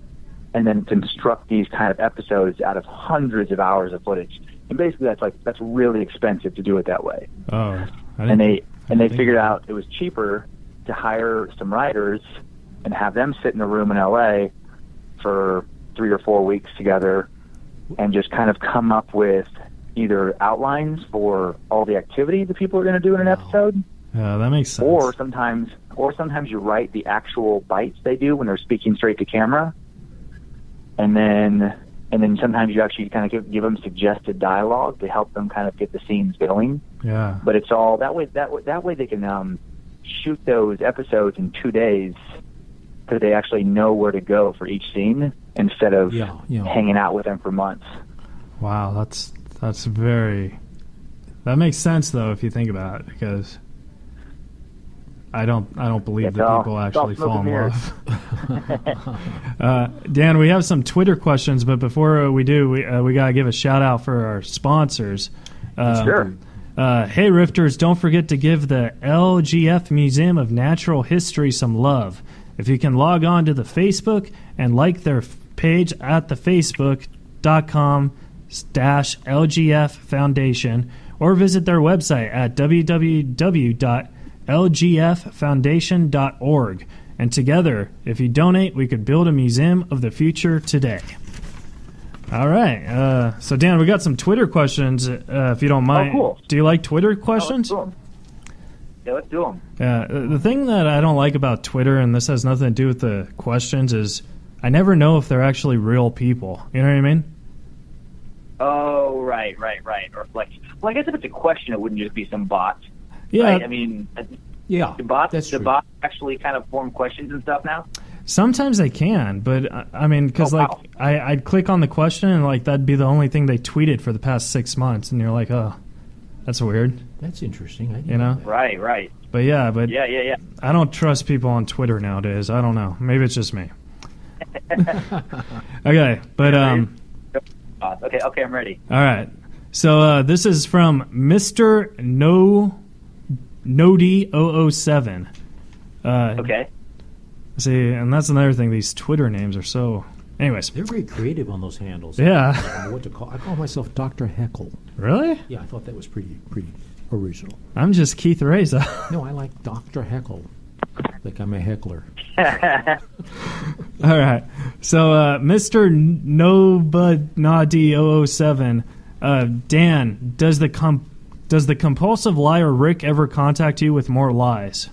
Speaker 5: and then construct these kind of episodes out of hundreds of hours of footage and basically that's like that's really expensive to do it that way
Speaker 3: oh, I didn't,
Speaker 5: and they and they
Speaker 3: think-
Speaker 5: figured out it was cheaper to hire some writers and have them sit in a room in LA for three or four weeks together and just kind of come up with either outlines for all the activity the people are going to do in an episode
Speaker 3: yeah, that makes sense.
Speaker 5: or sometimes or sometimes you write the actual bites they do when they're speaking straight to camera and then and then sometimes you actually kind of give, give them suggested dialogue to help them kind of get the scenes going
Speaker 3: yeah,
Speaker 5: but it's all that way that way, that way they can um, shoot those episodes in two days because they actually know where to go for each scene instead of
Speaker 4: Yeah, yeah.
Speaker 5: hanging out with them for months.
Speaker 3: Wow, that's that's very. That makes sense though, if you think about it, because I don't I don't believe
Speaker 5: It's
Speaker 3: that
Speaker 5: all-
Speaker 3: people
Speaker 5: it's all
Speaker 3: actually
Speaker 5: smoke
Speaker 3: fall in
Speaker 5: and mirrors.
Speaker 3: love. uh, Dan, we have some Twitter questions, but before we do, we uh, we gotta give a shout out for our sponsors. Uh,
Speaker 5: sure.
Speaker 3: Uh, hey, Rifters, don't forget to give the LGF Museum of Natural History some love. If you can log on to the Facebook and like their f- page at the facebook.com dash LGF Foundation or visit their website at www.lgffoundation.org. And together, if you donate, we could build a museum of the future today. All right. Uh, so, Dan, we got some Twitter questions, uh, if you don't mind.
Speaker 5: cool.
Speaker 3: Do you like Twitter questions?
Speaker 5: Oh, let's do 'em. Yeah, let's do them.
Speaker 3: Yeah, uh, the thing that I don't like about Twitter, and this has nothing to do with the questions, is I never know if they're actually real people. You know what I mean?
Speaker 5: Oh, right, right, right. Or like, well, I guess if it's a question, it wouldn't just be some bot.
Speaker 3: Yeah.
Speaker 5: mean,
Speaker 4: Yeah,
Speaker 5: the bots,
Speaker 4: that's
Speaker 5: the
Speaker 4: true.
Speaker 5: bots actually kind of form questions and stuff now.
Speaker 3: Sometimes they can, but I- I mean, because
Speaker 5: Oh,
Speaker 3: like
Speaker 5: wow.
Speaker 3: I, I'd click on the question and like that'd be the only thing they tweeted for the past six months, and you're like, oh, that's weird,
Speaker 4: That's interesting. I didn't
Speaker 3: you know.
Speaker 5: Right, right.
Speaker 3: But yeah, but
Speaker 5: Yeah, yeah, yeah.
Speaker 3: I don't trust people on Twitter nowadays. I don't know. Maybe it's just me. okay, but um,
Speaker 5: Uh, okay, okay, I'm ready.
Speaker 3: all right. So uh, this is from Mister No Nody 007.
Speaker 4: Mm-hmm.
Speaker 3: Uh,
Speaker 5: Okay.
Speaker 3: See, and that's another thing. These Twitter names are so. Anyways,
Speaker 4: They're very creative on those handles. I
Speaker 3: yeah.
Speaker 4: don't know what to call. I call myself Doctor Heckle.
Speaker 3: really?
Speaker 4: Yeah, I thought that was pretty pretty original.
Speaker 3: I'm just Keith Reza.
Speaker 4: No, I like Doctor Heckle. Like I'm a heckler.
Speaker 3: All right. So, uh, Mr. Nobanadi 007, uh, Dan, does the com- does the compulsive liar Rick ever contact you with more lies?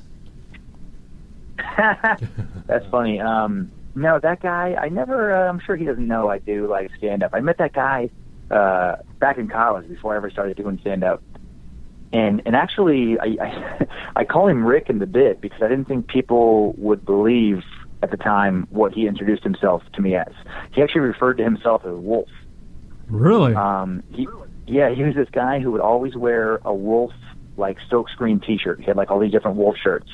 Speaker 5: That's funny. Um, no, that guy, I never, uh, I'm sure he doesn't know I do like stand up. I met that guy uh, back in college before I ever started doing stand up. And, and actually, I, I, I call him Rick in the bit because I didn't think people would believe at the time what he introduced himself to me as. He actually referred to himself as Wolf.
Speaker 3: Really?
Speaker 5: Um, he, yeah, he was this guy who would always wear a wolf like silkscreen T-shirt. He had like all these different wolf shirts.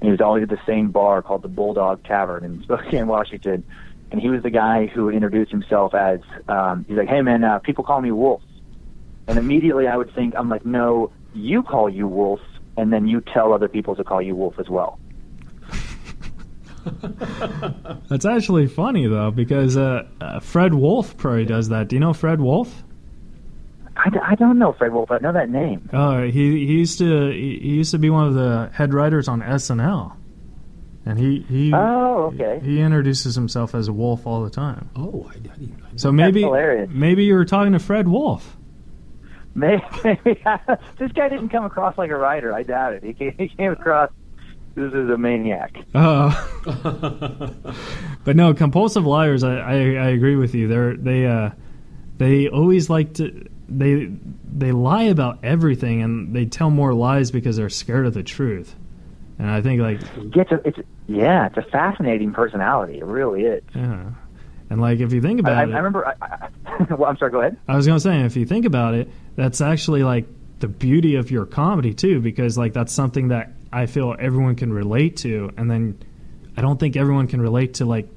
Speaker 5: And he was always at the same bar called the Bulldog Tavern in Spokane, Washington. And he was the guy who would introduce himself as um, he's like, "Hey man, uh, people call me Wolf." And immediately I would think, "I'm like, no, you call you Wolf, and then you tell other people to call you Wolf as well."
Speaker 3: That's actually funny though, because uh, uh, Fred Wolf probably does that. Do you know Fred Wolf?
Speaker 5: I, d- I don't know Fred Wolf. but I know that name.
Speaker 3: Uh, he he used to he, he used to be one of the head writers on SNL, and he he
Speaker 5: Oh, okay.
Speaker 3: he introduces himself as Wolf all the time.
Speaker 4: Oh, I, I didn't. I
Speaker 3: So maybe
Speaker 5: hilarious.
Speaker 3: maybe you were talking to Fred Wolf.
Speaker 5: Maybe this guy didn't come across like a writer. I doubt it. He came, he came across. This is a maniac.
Speaker 3: Oh. but no, compulsive liars. I, I, I agree with you. They're they uh, they always like to they they lie about everything and they tell more lies because they're scared of the truth. And I think like
Speaker 5: Gets a, it's yeah, it's a fascinating personality. It really is.
Speaker 3: yeah, and like if you think
Speaker 5: I, I, I
Speaker 3: about it,
Speaker 5: remember. I, I, well, I'm sorry. Go ahead.
Speaker 3: I was gonna say if you think about it, that's actually like the beauty of your comedy too, because like that's something that I feel everyone can relate to, and then I don't think everyone can relate to like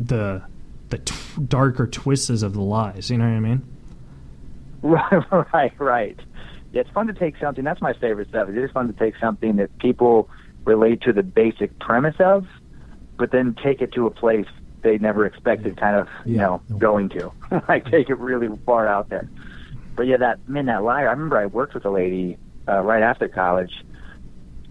Speaker 3: the the t- darker twists of the lies. You know what I mean?
Speaker 5: Right, right, right. Yeah, it's fun to take something. That's my favorite stuff. It is fun to take something that people relate to the basic premise of, but then take it to a place they never expected. Kind of, you
Speaker 4: Yeah.
Speaker 5: know, going to. like take it really far out there. But yeah, that man, that liar. I remember I worked with a lady uh, right after college,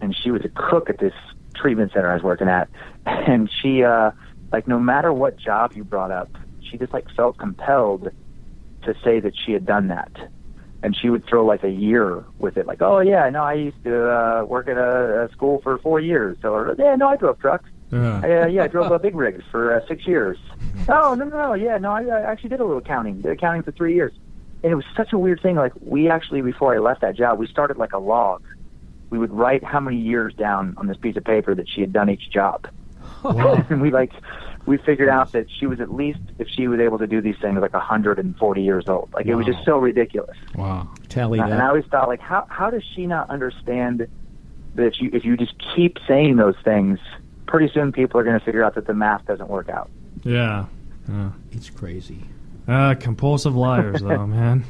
Speaker 5: and she was a cook at this treatment center I was working at, and she, uh, like, no matter what job you brought up, she just like felt compelled to say that she had done that. And she would throw like a year with it, like, "Oh yeah, no, I used to uh, work at a, a school for four years." Or, "Yeah, no, I drove trucks.
Speaker 3: Yeah.
Speaker 5: I, uh, yeah, I drove uh, big rigs for uh, six years." Oh no, no, no, yeah, no, I, I actually did a little counting. Did accounting for three years, and it was such a weird thing. Like, we actually before I left that job, we started like a log. We would write how many years down on this piece of paper that she had done each job. and we like we figured out that she was at least if she was able to do these things like 140 years old like it was just so ridiculous
Speaker 3: Wow.
Speaker 4: tallied
Speaker 5: and i
Speaker 4: up.
Speaker 5: always thought like how how does she not understand that if you if you just keep saying those things pretty soon people are going to figure out that the math doesn't work out
Speaker 3: Yeah.
Speaker 4: It's crazy.
Speaker 3: Uh, compulsive liars, though, man.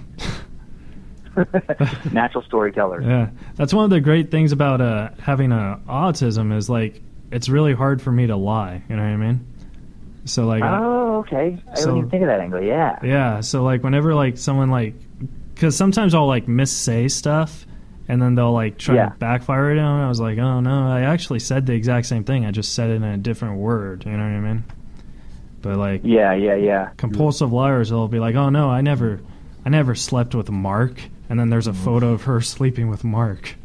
Speaker 5: natural storytellers
Speaker 3: Yeah, that's one of the great things about uh, having uh, autism is like it's really hard for me to lie. You know what I mean? So like,
Speaker 5: oh okay i
Speaker 3: So-
Speaker 5: didn't even think of that angle yeah
Speaker 3: Yeah, so like whenever like someone like, because sometimes I'll like missay stuff, and then they'll like try
Speaker 5: Yeah.
Speaker 3: to backfire it. And I was like, oh no, I actually said the exact same thing. I just said it in a different word. You know what I mean? But like
Speaker 5: yeah yeah yeah
Speaker 3: compulsive liars, they'll be like, oh no, I never, I never slept with Mark, and then there's a
Speaker 5: Mm.
Speaker 3: photo of her sleeping with Mark.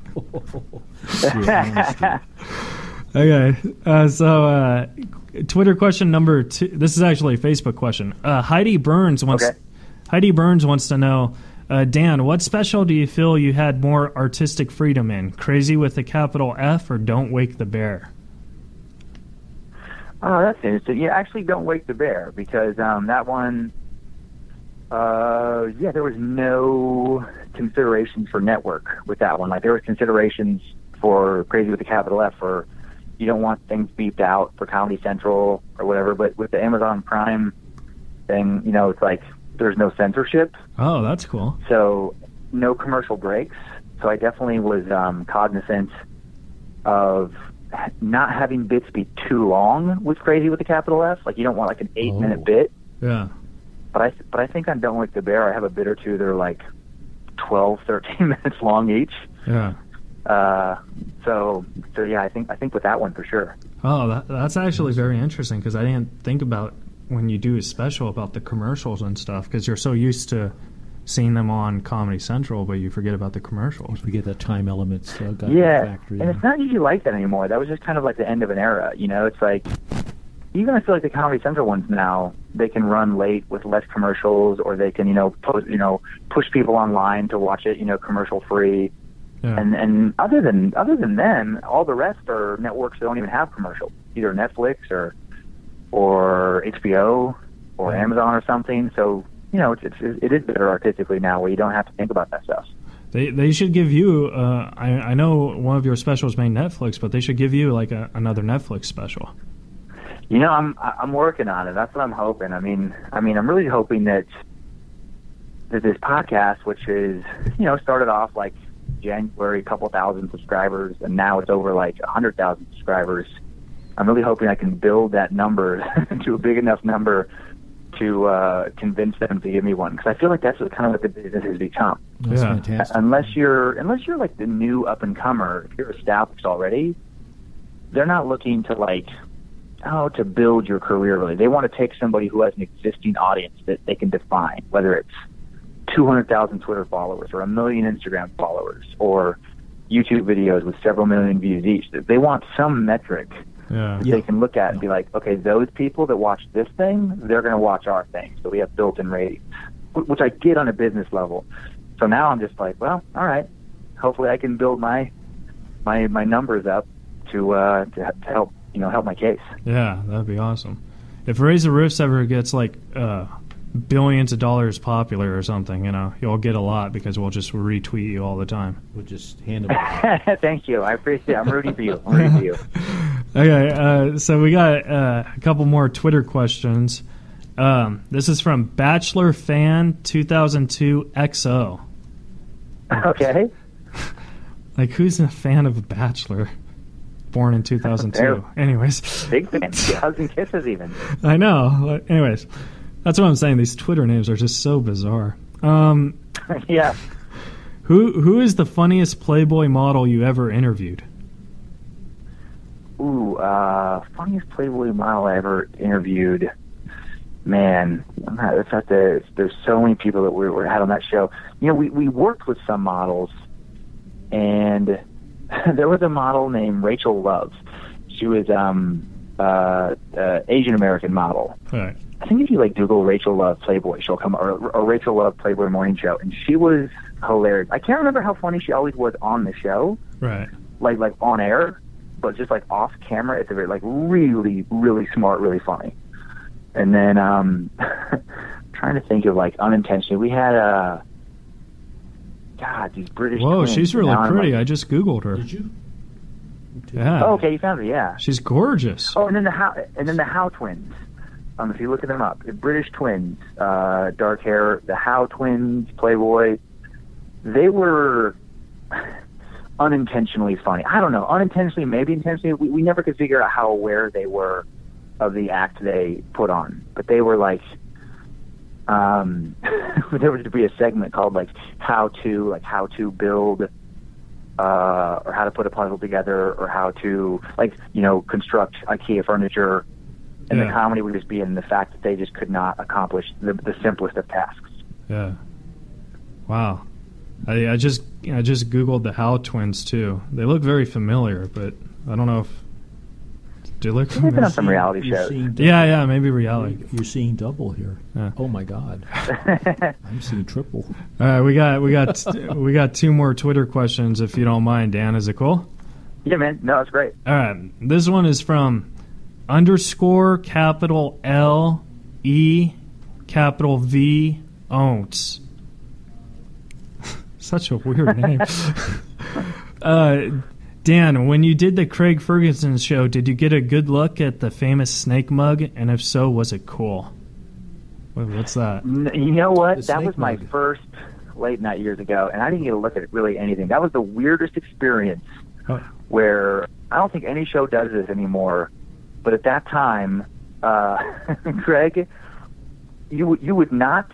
Speaker 3: Okay, uh, so uh, Twitter question number two. This is actually a Facebook question. Uh, Heidi Burns wants.
Speaker 5: Okay.
Speaker 3: Heidi Burns wants to know, uh, Dan, what special do you feel you had more artistic freedom in? Crazy with a capital F or Don't Wake the Bear?
Speaker 5: Oh, that's interesting. Yeah, actually, don't wake the bear because um, that one. Uh, yeah, there was no consideration for network with that one. Like there was considerations for Crazy with a Capital F for you don't want things beeped out for Comedy Central or whatever. But with the Amazon Prime thing, you know, it's like there's no censorship,
Speaker 3: Oh, that's cool.
Speaker 5: so no commercial breaks. So I definitely was um, cognizant of not having bits be too long with Crazy with a Capital F. Like you don't want like an eight minute bit.
Speaker 3: Yeah.
Speaker 5: But I but I think on Don't Lick the Bear, I have a bit or two that are like 12, 13 minutes long each.
Speaker 3: Yeah.
Speaker 5: Uh, so so yeah, I think I think with that one for sure.
Speaker 3: Oh, that, that's actually very interesting because I didn't think about when you do a special about the commercials and stuff because you're so used to seeing them on Comedy Central, but you forget about the commercials.
Speaker 4: We get that time element. So got
Speaker 5: yeah,
Speaker 4: Factory.
Speaker 5: and it's not usually like that anymore. That was just kind of like the end of an era. You know, it's like even I feel like the Comedy Central ones now they can run late with less commercials, or they can you know post you know push people online to watch it you know commercial free.
Speaker 3: Yeah.
Speaker 5: And and other than other than them, all the rest are networks that don't even have commercials, either Netflix or or HBO or Amazon or something. So you know, it's, it's it is better artistically now, where you don't have to think about that stuff.
Speaker 3: They they should give you. Uh, I I know one of your specials made Netflix, but they should give you like a, another Netflix special.
Speaker 5: You know, I'm I- I'm working on it. That's what I'm hoping. I mean, I mean, I'm really hoping that that this podcast, which is you know started off like January, a couple thousand subscribers, and now it's over like a hundred thousand subscribers. I'm really hoping I can build that number to a big enough number to uh, convince them to give me one because I feel like that's what, kind of what the business has become.
Speaker 4: That's
Speaker 3: Yeah.
Speaker 4: fantastic.
Speaker 5: Unless you're unless you're like the new up and comer, if you're established already, they're not looking to like how to build your career really. They want to take somebody who has an existing audience that they can define, whether it's 200,000 Twitter followers or a million Instagram followers or YouTube videos with several million views each. They want some metric
Speaker 3: Yeah.
Speaker 5: they can look at and be like, okay, those people that watch this thing, they're going to watch our thing. So we have built-in ratings, wh- which I get on a business level. So now I'm just like, well, all right. Hopefully, I can build my my my numbers up to uh, to, to help you know help my case.
Speaker 3: Yeah, that'd be awesome. If Razor Riffs ever gets like uh, billions of dollars popular or something, you know, you'll get a lot because we'll just retweet you all the time.
Speaker 4: We'll just handle it.
Speaker 5: Thank you. I appreciate. it. I'm rooting for you. I'm rooting for you.
Speaker 3: Okay, uh, so we got uh, a couple more Twitter questions. Um, this is from Bachelor Fan 2002 XO.
Speaker 5: Okay.
Speaker 3: Like, who's a fan of a Bachelor? Born in 2002. Anyways.
Speaker 5: Big fan. Hugs and kisses even.
Speaker 3: I know. Anyways, that's what I'm saying. These Twitter names are just so bizarre. Um,
Speaker 5: yeah.
Speaker 3: who who is the funniest Playboy model you ever interviewed?
Speaker 5: Ooh, uh, funniest Playboy model I ever interviewed. Man, I'm not, it's not the, there's so many people that we were had on that show. You know, we, we worked with some models, and there was a model named Rachel Love. She was um, uh, uh, Asian American model.
Speaker 3: All right.
Speaker 5: I think if you like Google Rachel Love Playboy, she'll come or, or Rachel Love Playboy Morning Show, and she was hilarious. I can't remember how funny she always was on the show
Speaker 3: Right.
Speaker 5: like like on air, but just like off camera at the very like really really smart, really funny. And then um trying to think of like unintentionally, we had uh, God these British.
Speaker 3: Whoa,
Speaker 5: twins,
Speaker 3: she's
Speaker 5: and
Speaker 3: really
Speaker 5: now I'm
Speaker 3: pretty.
Speaker 5: like,
Speaker 3: I just googled her.
Speaker 4: Did you?
Speaker 3: Yeah.
Speaker 5: oh, okay, you found her, yeah.
Speaker 3: She's gorgeous.
Speaker 5: Oh, and then the how and then the How twins. Um, if you look at them up, the British twins, uh, dark hair, the How twins, Playboy, they were unintentionally funny. I don't know, unintentionally, maybe intentionally. We, we never could figure out how aware they were of the act they put on, but they were like, um, there would be a segment called like how to like how to build uh, or how to put a puzzle together, or how to like you know construct IKEA furniture. And
Speaker 3: Yeah.
Speaker 5: the comedy would just be in the fact that they just could not accomplish the, the simplest of tasks.
Speaker 3: Yeah. Wow. I, I just I just googled the How twins too. They look very familiar, but I don't know if do they look
Speaker 5: They've been
Speaker 3: familiar.
Speaker 5: on some reality
Speaker 4: You're
Speaker 5: shows.
Speaker 4: seeing
Speaker 3: Yeah, yeah, maybe reality.
Speaker 4: double- You're seeing double here.
Speaker 3: Yeah.
Speaker 4: Oh my God! I'm seeing triple.
Speaker 3: All right, we got we got we got two more Twitter questions if you don't mind, Dan. Is it cool?
Speaker 5: Yeah, man. No, it's great.
Speaker 3: All right. This one is from underscore capital L E capital V ounce. Such a weird name. uh, Dan, when you did the Craig Ferguson show, did you get a good look at the famous snake mug? And if so, was it cool? Wait, what's that?
Speaker 5: N- You know
Speaker 6: The
Speaker 5: what? That
Speaker 6: snake
Speaker 5: was my
Speaker 6: mug.
Speaker 5: first late night years ago, and I didn't get a look at really anything. That was the weirdest experience
Speaker 3: Oh.
Speaker 5: where I don't think any show does this anymore. But at that time, uh, Greg, you would- you would not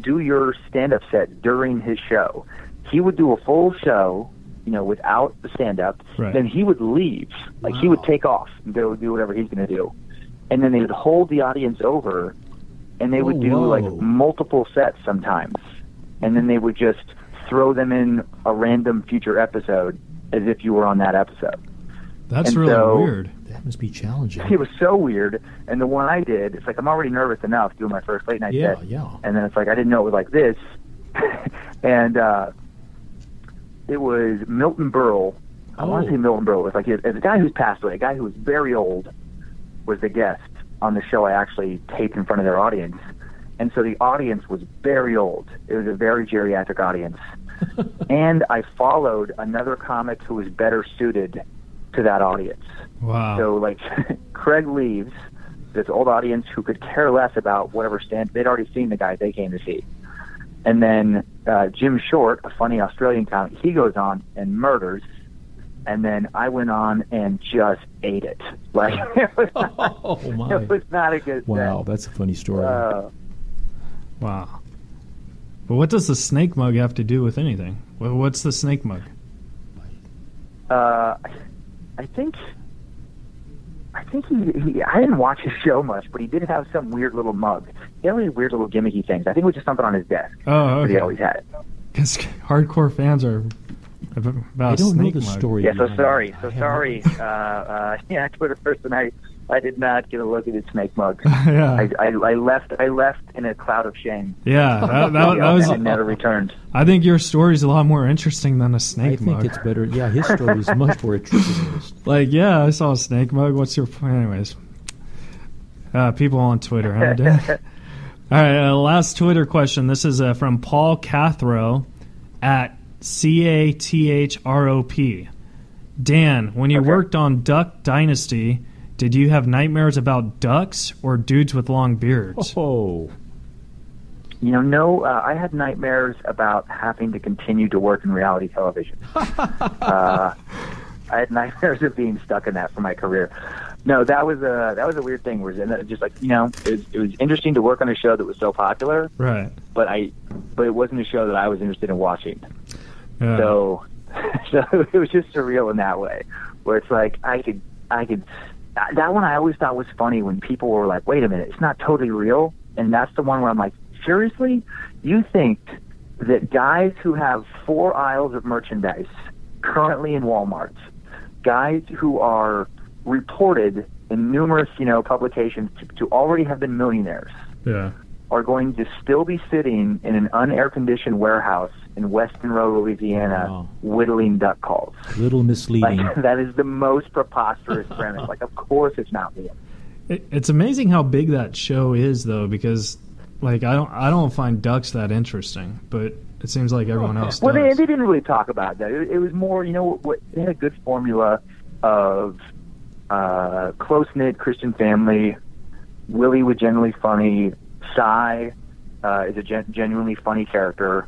Speaker 5: do your stand up set during his show. He would do a full show, you know, without the stand up.
Speaker 3: Right.
Speaker 5: Then he would leave. Like he would take off and go do whatever he's going to do. And then they would hold the audience over and they would do
Speaker 6: Whoa,
Speaker 5: like
Speaker 6: Oh, whoa.
Speaker 5: multiple sets sometimes. And then they would just throw them in a random future episode as if you were on that episode.
Speaker 3: That's
Speaker 5: And
Speaker 3: really
Speaker 5: so-
Speaker 3: weird.
Speaker 6: That must be challenging.
Speaker 5: It was so weird. And the one I did, it's like I'm already nervous enough doing my first late night
Speaker 6: Yeah,
Speaker 5: set.
Speaker 6: yeah.
Speaker 5: And then it's like I didn't know it was like this. and uh, it was Milton Berle. I want
Speaker 6: Oh.
Speaker 5: to say Milton Berle. It's like it was a guy who's passed away, a guy who was very old, was the guest on the show I actually taped in front of their audience. And so the audience was very old. It was a very geriatric audience. and I followed another comic who was better suited to that audience.
Speaker 3: Wow.
Speaker 5: So like Craig leaves this old audience who could care less about whatever stand they'd already seen the guy they came to see. And then uh, Jim Short, a funny Australian comic, he goes on and murders. And then I went on and just ate it. Like it was not,
Speaker 6: Oh my!
Speaker 5: it was not a good
Speaker 6: Wow, that's a funny story.
Speaker 5: set. Uh,
Speaker 3: Wow. But what does the snake mug have to do with anything? Wha- What's the snake mug?
Speaker 5: uh, I think I think he, he I didn't watch his show much, but he did have some weird little mug. He had really weird little gimmicky things. I think it was just something on his desk.
Speaker 3: Oh,
Speaker 5: But he
Speaker 3: okay.
Speaker 5: always had it.
Speaker 3: Because hardcore fans are ab-
Speaker 4: I
Speaker 3: about
Speaker 4: don't know
Speaker 3: snake
Speaker 4: the
Speaker 3: mug.
Speaker 4: story.
Speaker 5: Yeah, so
Speaker 4: behind
Speaker 5: sorry,
Speaker 4: it. I
Speaker 5: so
Speaker 4: have no-
Speaker 5: sorry. uh, uh, yeah, Twitter person, I, I did not get a look at his snake mug.
Speaker 3: yeah,
Speaker 5: I, I, I left, I left in a cloud of shame.
Speaker 3: yeah. That, that,
Speaker 5: Yeah,
Speaker 3: that was.
Speaker 5: and never returned.
Speaker 3: I think your story's a lot more interesting than a
Speaker 4: I
Speaker 3: snake
Speaker 4: think
Speaker 3: mug.
Speaker 4: it's better. Yeah, his story is much more interesting.
Speaker 3: Like, yeah, I saw a snake mug. What's your point? Anyways, uh, people on Twitter, huh, Dan? All right, uh, last Twitter question. This is uh, from Paul Cathro at C A T H R O P. Dan, when you
Speaker 5: Okay.
Speaker 3: worked on Duck Dynasty, did you have nightmares about ducks or dudes with long beards?
Speaker 4: Oh,
Speaker 5: You know, no, uh, I had nightmares about having to continue to work in reality television. uh, I had nightmares of being stuck in that for my career. No, that was a that was a weird thing. Was just like you know, it was, it was interesting to work on a show that was so popular,
Speaker 3: Right.
Speaker 5: but I, but it wasn't a show that I was interested in watching.
Speaker 3: Yeah.
Speaker 5: So, so it was just surreal in that way, where it's like I could, I could. That one I always thought was funny when people were like, "Wait a minute, it's not totally real," and that's the one where I'm like, "Seriously, you think that guys who have four aisles of merchandise currently in Walmart, guys who are reported in numerous, you know, publications to, to already have been millionaires,
Speaker 3: yeah.
Speaker 5: are going to still be sitting in an unair conditioned warehouse in West Monroe, Louisiana,
Speaker 4: Wow. Hmm.
Speaker 5: whittling duck calls.
Speaker 4: little
Speaker 5: Like
Speaker 4: misleading.
Speaker 5: that is the most preposterous premise. Like, of course it's not real.
Speaker 3: It, it's amazing how big that show is, though, because like I don't I don't find ducks that interesting, but it seems like everyone else
Speaker 5: Well, they,
Speaker 3: does.
Speaker 5: they didn't really talk about that. It, it was more, you know, what, what they had a good formula of uh, close knit Christian family. Willie was generally funny. Cy uh, is a gen- genuinely funny character,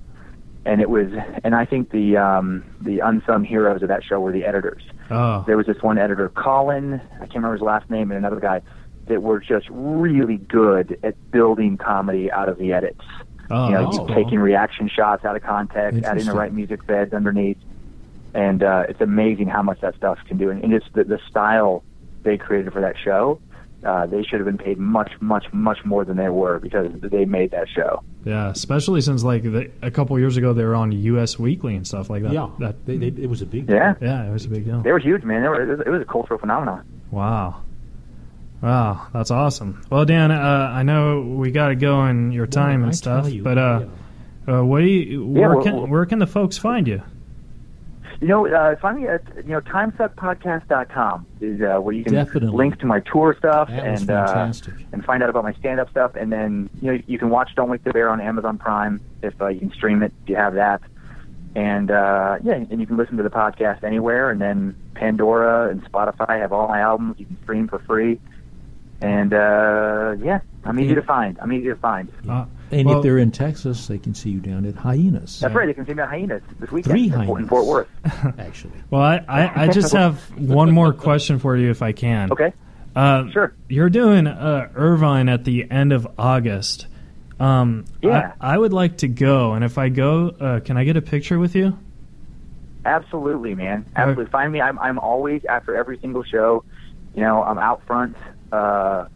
Speaker 5: and it was. And I think the um, the unsung heroes of that show were the editors.
Speaker 3: Oh,
Speaker 5: there was this one editor, Colin, I can't remember his last name, and another guy that were just really good at building comedy out of the edits.
Speaker 3: oh,
Speaker 5: you know,
Speaker 3: that's
Speaker 5: you-
Speaker 3: cool.
Speaker 5: taking reaction shots out of context, adding the
Speaker 6: Interesting.
Speaker 5: right music beds underneath, and uh, it's amazing how much that stuff can do. And, and just the, the style they created for that show, uh, they should have been paid much, much, much more than they were because they made that show.
Speaker 3: Yeah, especially since like the, a couple years ago they were on U.S. Weekly and stuff like that.
Speaker 4: yeah,
Speaker 3: that
Speaker 4: they, they, it was a big.
Speaker 5: Yeah,
Speaker 3: yeah, it was a big deal.
Speaker 5: they were huge, man. They were, it was- it was a cultural phenomenon.
Speaker 3: Wow, wow, that's awesome. Well, Dan, uh, I know we got to go and your time
Speaker 4: Well, I
Speaker 3: and stuff,
Speaker 4: tell you,
Speaker 3: but uh,
Speaker 4: yeah.
Speaker 3: uh, what do you,
Speaker 5: Yeah,
Speaker 3: where
Speaker 5: well,
Speaker 3: can
Speaker 5: well-
Speaker 3: where can the folks find you?
Speaker 5: You know, uh, find me at you know timesuckpodcast.com is uh, where you can
Speaker 4: Definitely.
Speaker 5: link to my tour stuff
Speaker 4: That was
Speaker 5: and uh,
Speaker 4: fantastic.
Speaker 5: and find out about my stand up stuff. And then you know you can watch Don't Wake the Bear on Amazon Prime if uh, you can stream it if you have that. And uh, yeah, and you can listen to the podcast anywhere. And then Pandora and Spotify have all my albums you can stream for free. And uh, yeah, I'm easy to find. I'm easy to find.
Speaker 3: Uh,
Speaker 4: And
Speaker 3: well,
Speaker 4: if they're in Texas, they can see you down at Hyenas.
Speaker 5: That's right. You can see me at Hyenas this weekend
Speaker 4: Three
Speaker 5: in Fort- in
Speaker 4: Hyenas.
Speaker 5: Fort Worth.
Speaker 4: Actually,
Speaker 3: well, I, I, I just have one more question for you, if I can.
Speaker 5: Okay,
Speaker 3: Uh,
Speaker 5: sure.
Speaker 3: You're doing uh, Irvine at the end of August. Um,
Speaker 5: Yeah.
Speaker 3: I, I would like to go, and if I go, uh, can I get a picture with you?
Speaker 5: Absolutely, man. Absolutely. Find me. I'm I'm always after every single show. You know, I'm out front. Uh,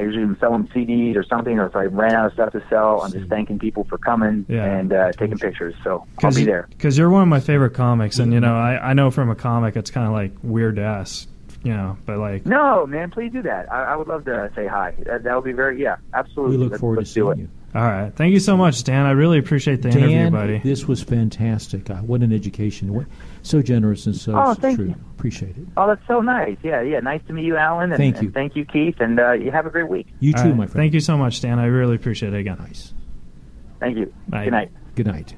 Speaker 5: I usually am selling CDs or something, or if I ran out of stuff to sell, I'm just thanking people for coming
Speaker 3: Yeah.
Speaker 5: and uh, taking pictures. So I'll be there.
Speaker 3: Because you're one of my favorite comics, and you know, I, I know from a comic, it's kind of like weird to ask, you know, but like,
Speaker 5: No, man, please do that. I, I would love to say hi. That, that would be very yeah, absolutely.
Speaker 4: we look
Speaker 5: Let's-
Speaker 4: forward
Speaker 5: let's
Speaker 4: to
Speaker 5: do
Speaker 4: seeing
Speaker 5: it.
Speaker 4: you.
Speaker 3: all right, thank you so much, Dan. I really appreciate the interview,
Speaker 4: Dan,
Speaker 3: buddy.
Speaker 4: this was fantastic. Uh, what an education. What, so generous and so
Speaker 5: Oh, thank
Speaker 4: true.
Speaker 5: you.
Speaker 4: Appreciate it.
Speaker 5: Oh, that's so nice. Yeah, yeah. Nice to meet you, Alan. And,
Speaker 4: Thank
Speaker 5: and
Speaker 4: you.
Speaker 5: thank you, Keith. And uh, you have a great week.
Speaker 4: You
Speaker 3: All
Speaker 4: too,
Speaker 3: right,
Speaker 4: my friend.
Speaker 3: Thank you so much, Dan. I really appreciate it again.
Speaker 4: Nice.
Speaker 5: Thank you.
Speaker 3: Bye.
Speaker 5: Good night.
Speaker 4: Good night.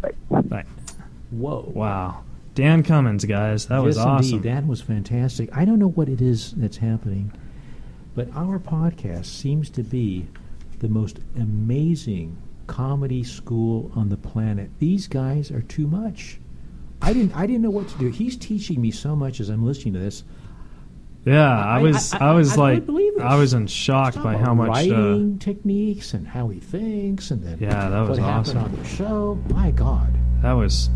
Speaker 5: Bye.
Speaker 3: Bye.
Speaker 4: Whoa.
Speaker 3: Wow, Dan Cummins, guys, that was
Speaker 4: yes,
Speaker 3: awesome.
Speaker 4: indeed. That was fantastic. I don't know what it is that's happening, but our podcast seems to be the most amazing comedy school on the planet. These guys are too much. I didn't. I didn't know what to do. He's teaching me so much as I'm listening to this.
Speaker 3: Yeah, I,
Speaker 4: I-
Speaker 3: was, I,
Speaker 4: I- I-
Speaker 3: was
Speaker 4: I couldn't
Speaker 3: like,
Speaker 4: believe this.
Speaker 3: I was in shock
Speaker 4: Talk
Speaker 3: by
Speaker 4: about
Speaker 3: how much. Uh,
Speaker 4: writing techniques and how he thinks, and then
Speaker 3: Yeah, that was
Speaker 4: what
Speaker 3: awesome.
Speaker 4: happened on the show. My God, Um,
Speaker 3: That was.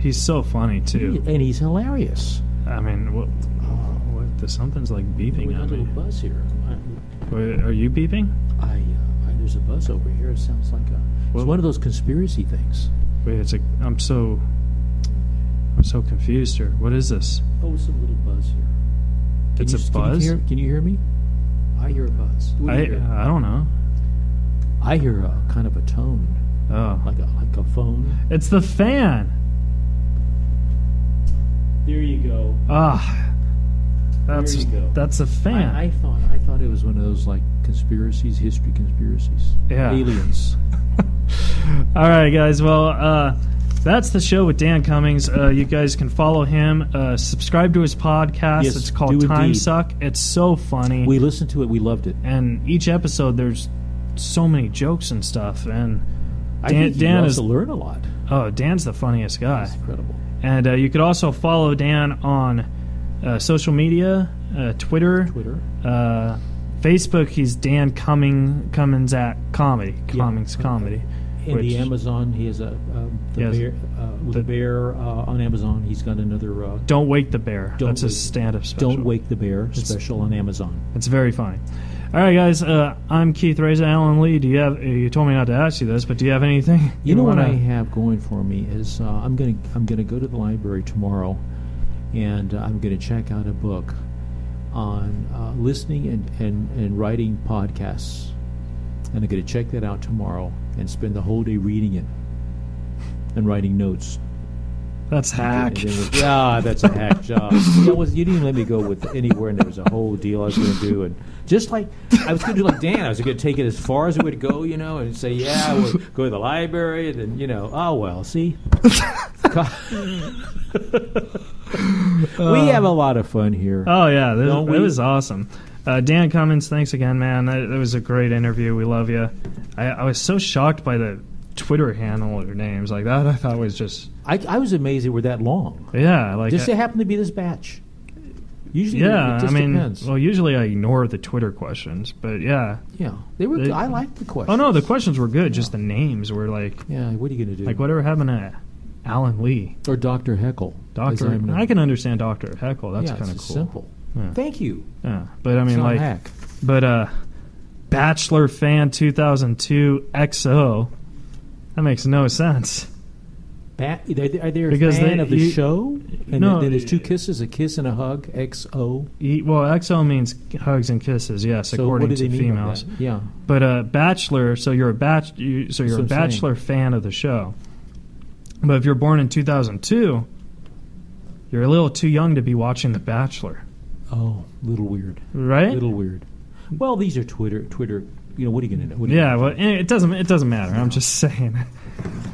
Speaker 3: he's so funny too.
Speaker 4: and he's hilarious.
Speaker 3: I mean, what? what the, something's like
Speaker 4: We
Speaker 3: beeping
Speaker 4: got a
Speaker 3: on
Speaker 4: little
Speaker 3: me.
Speaker 4: buzz here. I-
Speaker 3: Wait, are you beeping?
Speaker 4: I, uh, I there's a buzz over here. It sounds like a it's
Speaker 3: Well-
Speaker 4: one of those conspiracy things.
Speaker 3: Wait, it's like I'm so. I'm so confused here. What is this?
Speaker 4: Oh, it's a little buzz here. Can
Speaker 3: It's
Speaker 4: you,
Speaker 3: a
Speaker 4: can you
Speaker 3: buzz.
Speaker 4: hear- Can you, hear, me? I hear a buzz. What do
Speaker 3: I uh,
Speaker 4: you hear?
Speaker 3: I don't know.
Speaker 4: I hear a kind of a tone,
Speaker 3: Oh,
Speaker 4: like a like a phone.
Speaker 3: it's the fan.
Speaker 4: There you go.
Speaker 3: Ah, that's
Speaker 4: you go.
Speaker 3: that's a fan.
Speaker 4: I, I thought I thought it was one of those like conspiracies, history conspiracies,
Speaker 3: Yeah.
Speaker 4: aliens.
Speaker 3: All right, guys. Well, uh, that's the show with Dan Cummings. Uh, you guys can follow him. Uh, subscribe to his podcast.
Speaker 4: Yes,
Speaker 3: it's
Speaker 4: do
Speaker 3: called
Speaker 4: indeed.
Speaker 3: Time Suck. It's so funny.
Speaker 4: we listened to it. We loved it.
Speaker 3: and each episode, there's so many jokes and stuff. And
Speaker 4: I
Speaker 3: Dan-
Speaker 4: think he
Speaker 3: Dan
Speaker 4: loves
Speaker 3: is-
Speaker 4: to learn a lot.
Speaker 3: oh, Dan's the funniest guy.
Speaker 4: It's incredible.
Speaker 3: And uh, you could also follow Dan on uh, social media, uh, Twitter,
Speaker 4: Twitter.
Speaker 3: Uh, Facebook. He's Dan Cumming Cummins at comedy. Cummings comedy.
Speaker 4: In
Speaker 3: which-
Speaker 4: the Amazon, he has a um, the
Speaker 3: Yes.
Speaker 4: bear, uh, the bear uh, on Amazon. He's got another uh,
Speaker 3: Don't wake the bear.
Speaker 4: Don't
Speaker 3: That's his
Speaker 4: Wake-
Speaker 3: stand-up special.
Speaker 4: Don't Wake the Bear special on Amazon.
Speaker 3: It's very funny. All right, guys. Uh, I'm Keith Reza. Alan Lee. Do you have? uh, You told me not to ask you this, but do you have anything
Speaker 4: You know what
Speaker 3: wanna-
Speaker 4: I have going for me is uh, I'm gonna I'm gonna go to the library tomorrow, and uh, I'm gonna check out a book on uh, listening and, and, and writing podcasts, and I'm gonna check that out tomorrow and spend the whole day reading it and writing notes.
Speaker 3: That's hack.
Speaker 4: And then- yeah, that's a hack job. That was, you didn't let me go with anywhere, and there was a whole deal I was going to do, and just like I was going to do like Dan, I was going to take it as far as it would go, you know, and say, yeah, we'll go to the library, and then you know, oh well, see. we have a lot of fun here.
Speaker 3: Oh yeah, that,
Speaker 4: Don't
Speaker 3: that
Speaker 4: we?
Speaker 3: was awesome. Uh, Dan Cummins, thanks again, man. That, that was a great interview. We love you. I, I was so shocked by the Twitter handle or names like that. I thought was just
Speaker 4: I, I was amazed they were that long.
Speaker 3: yeah, like
Speaker 4: Just
Speaker 3: I-
Speaker 4: it happened to be this batch. Usually,
Speaker 3: yeah.
Speaker 4: it just
Speaker 3: I mean,
Speaker 4: depends.
Speaker 3: well, usually I ignore the Twitter questions, but yeah.
Speaker 4: yeah, they were.
Speaker 3: they-
Speaker 4: I liked the question.
Speaker 3: Oh no, the questions were good. Just the names were like
Speaker 4: Yeah, what are you going to do?
Speaker 3: like whatever happened to Alan Lee,
Speaker 4: Or Doctor Heckle. as
Speaker 3: Doctor.
Speaker 4: I'm known.
Speaker 3: I can understand Doctor Heckle. That's
Speaker 4: yeah,
Speaker 3: kind of
Speaker 4: it's
Speaker 3: cool.
Speaker 4: simple.
Speaker 3: Yeah.
Speaker 4: Thank you.
Speaker 3: Yeah, but I mean,
Speaker 4: It's not
Speaker 3: like,
Speaker 4: hack.
Speaker 3: but uh, Bachelor Fan 2002 XO. That makes no sense.
Speaker 4: Ba- are they, are they a
Speaker 3: Because
Speaker 4: fan
Speaker 3: they-
Speaker 4: of the
Speaker 3: you-
Speaker 4: show? And
Speaker 3: No,
Speaker 4: then there's two
Speaker 3: y-
Speaker 4: kisses, a kiss and a hug. XO.
Speaker 3: E- well, XO means hugs and kisses. Yes,
Speaker 4: So
Speaker 3: according
Speaker 4: what do
Speaker 3: to
Speaker 4: they mean by
Speaker 3: females.
Speaker 4: that? Yeah.
Speaker 3: But uh, Bachelor, so you're a batch, you, so you're a
Speaker 4: That's what I'm saying.
Speaker 3: Bachelor fan of the show. But if you're born in 2002, you're a little too young to be watching The Bachelor,
Speaker 4: Oh, little weird.
Speaker 3: right?
Speaker 4: Little weird. Well, these are Twitter. Twitter. You know what are you going to know? What are you
Speaker 3: yeah, well, eh, it doesn't it doesn't matter. I'm just saying.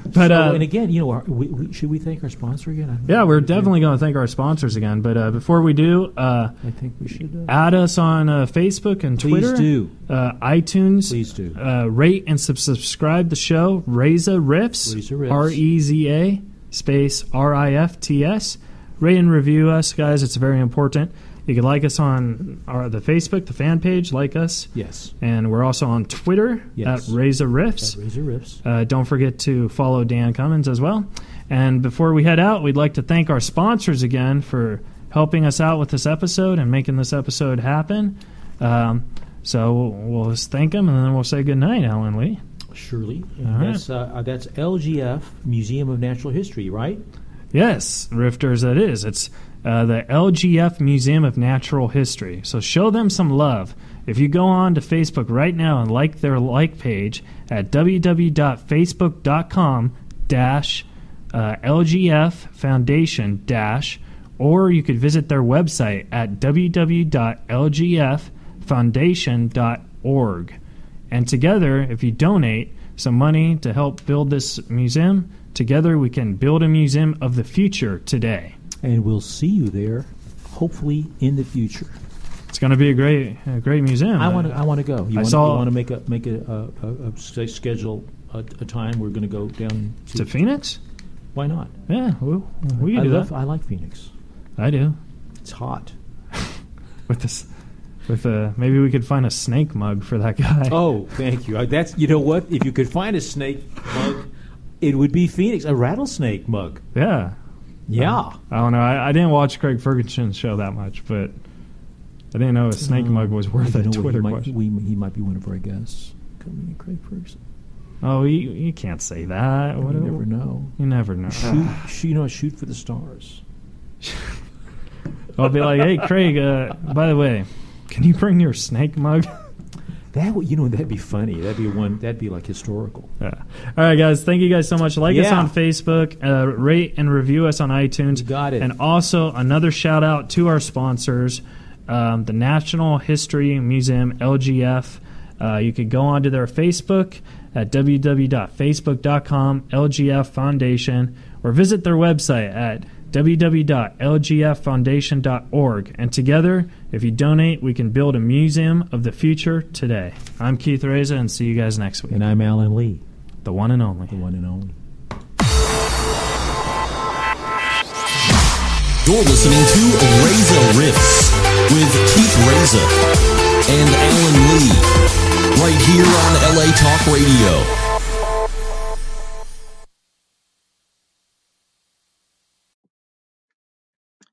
Speaker 3: But
Speaker 4: gonna- Oh,
Speaker 3: uh,
Speaker 4: and again, you know, are, we, we, should we thank our sponsor again? I don't
Speaker 3: yeah,
Speaker 4: know.
Speaker 3: we're definitely going to thank our sponsors again. But uh, before we do, uh,
Speaker 4: I think we should. Uh,
Speaker 3: add us on uh, Facebook and
Speaker 4: Please
Speaker 3: Twitter.
Speaker 4: do.
Speaker 3: Uh, iTunes.
Speaker 4: Please do.
Speaker 3: Uh, rate and sub- subscribe the show. Reza
Speaker 4: Reza Riffs.
Speaker 3: Riffs. R E Z A space R I F T S. Rate and review us, guys. It's very important. You can like us on our, the Facebook, the fan page. Like us.
Speaker 4: yes.
Speaker 3: And we're also on Twitter
Speaker 4: Yes.
Speaker 3: at Reza Riffs.
Speaker 4: Razor rips.
Speaker 3: Uh, don't forget to follow Dan Cummins as well. And before we head out, we'd like to thank our sponsors again for helping us out with this episode and making this episode happen. Um, so we'll just thank them and then we'll say goodnight, Alan Lee.
Speaker 4: Surely.
Speaker 3: All right.
Speaker 4: That's uh, uh, that's LGF Museum of Natural History, right?
Speaker 3: Yes, Rifters, it is. It's uh, the LGF Museum of Natural History. So show them some love. If you go on to Facebook right now and like their like page at www.facebook.com dash uh, LGF Foundation dash, or you could visit their website at www.lgffoundation.org. And together, if you donate some money to help build this museum, together we can build a museum of the future today.
Speaker 4: And we'll see you there, hopefully in the future.
Speaker 3: It's going to be a great, a great museum. Uh,
Speaker 4: I want to. I want to go. You
Speaker 3: I
Speaker 4: wanna,
Speaker 3: saw-
Speaker 4: You want to make a make a, a, a, a s- schedule a, a time. We're going to go down to.
Speaker 3: to Phoenix.
Speaker 4: why not?
Speaker 3: Yeah, we, we can
Speaker 4: I
Speaker 3: do
Speaker 4: love.
Speaker 3: that.
Speaker 4: I like Phoenix.
Speaker 3: I do
Speaker 4: It's hot.
Speaker 3: with this, with uh, maybe we could find a snake mug for that guy.
Speaker 4: Oh, thank you. Uh, That's you know what? If you could find a snake mug, it would be Phoenix, a rattlesnake mug.
Speaker 3: Yeah,
Speaker 4: Yeah.
Speaker 3: I don't know. I, I didn't watch Craig Ferguson's show that much, but I didn't know a snake mug was worth
Speaker 4: You
Speaker 3: a
Speaker 4: know what?
Speaker 3: Twitter
Speaker 4: he, might,
Speaker 3: question.
Speaker 4: we, he might be one of our guests. Coming in, Craig Ferguson.
Speaker 3: oh, you, you can't say that. What
Speaker 4: You
Speaker 3: do-
Speaker 4: never know.
Speaker 3: You never know.
Speaker 4: Shoot, shoot, you know, shoot for the stars.
Speaker 3: I'll be like, hey, Craig, uh, by the way, can you bring your snake mug?
Speaker 4: That would, you know, that'd be funny. That'd be one. That'd be like historical.
Speaker 3: Yeah. All right, guys. Thank you guys so much. Like us
Speaker 4: Yeah.
Speaker 3: on Facebook, uh, rate and review us on iTunes.
Speaker 4: You got it.
Speaker 3: And also, another shout out to our sponsors, um, the National History Museum, LGF. Uh, you could go onto their Facebook at www.facebook.com, LGF Foundation, or visit their website at www.lgffoundation.org. And together, if you donate, we can build a museum of the future today. I'm Keith Reza, and see you guys next week.
Speaker 4: And I'm Alan Lee,
Speaker 3: The one and only.
Speaker 4: the one and only.
Speaker 2: You're listening to Reza Riffs with Keith Reza and Alan Lee, right here on LA Talk Radio.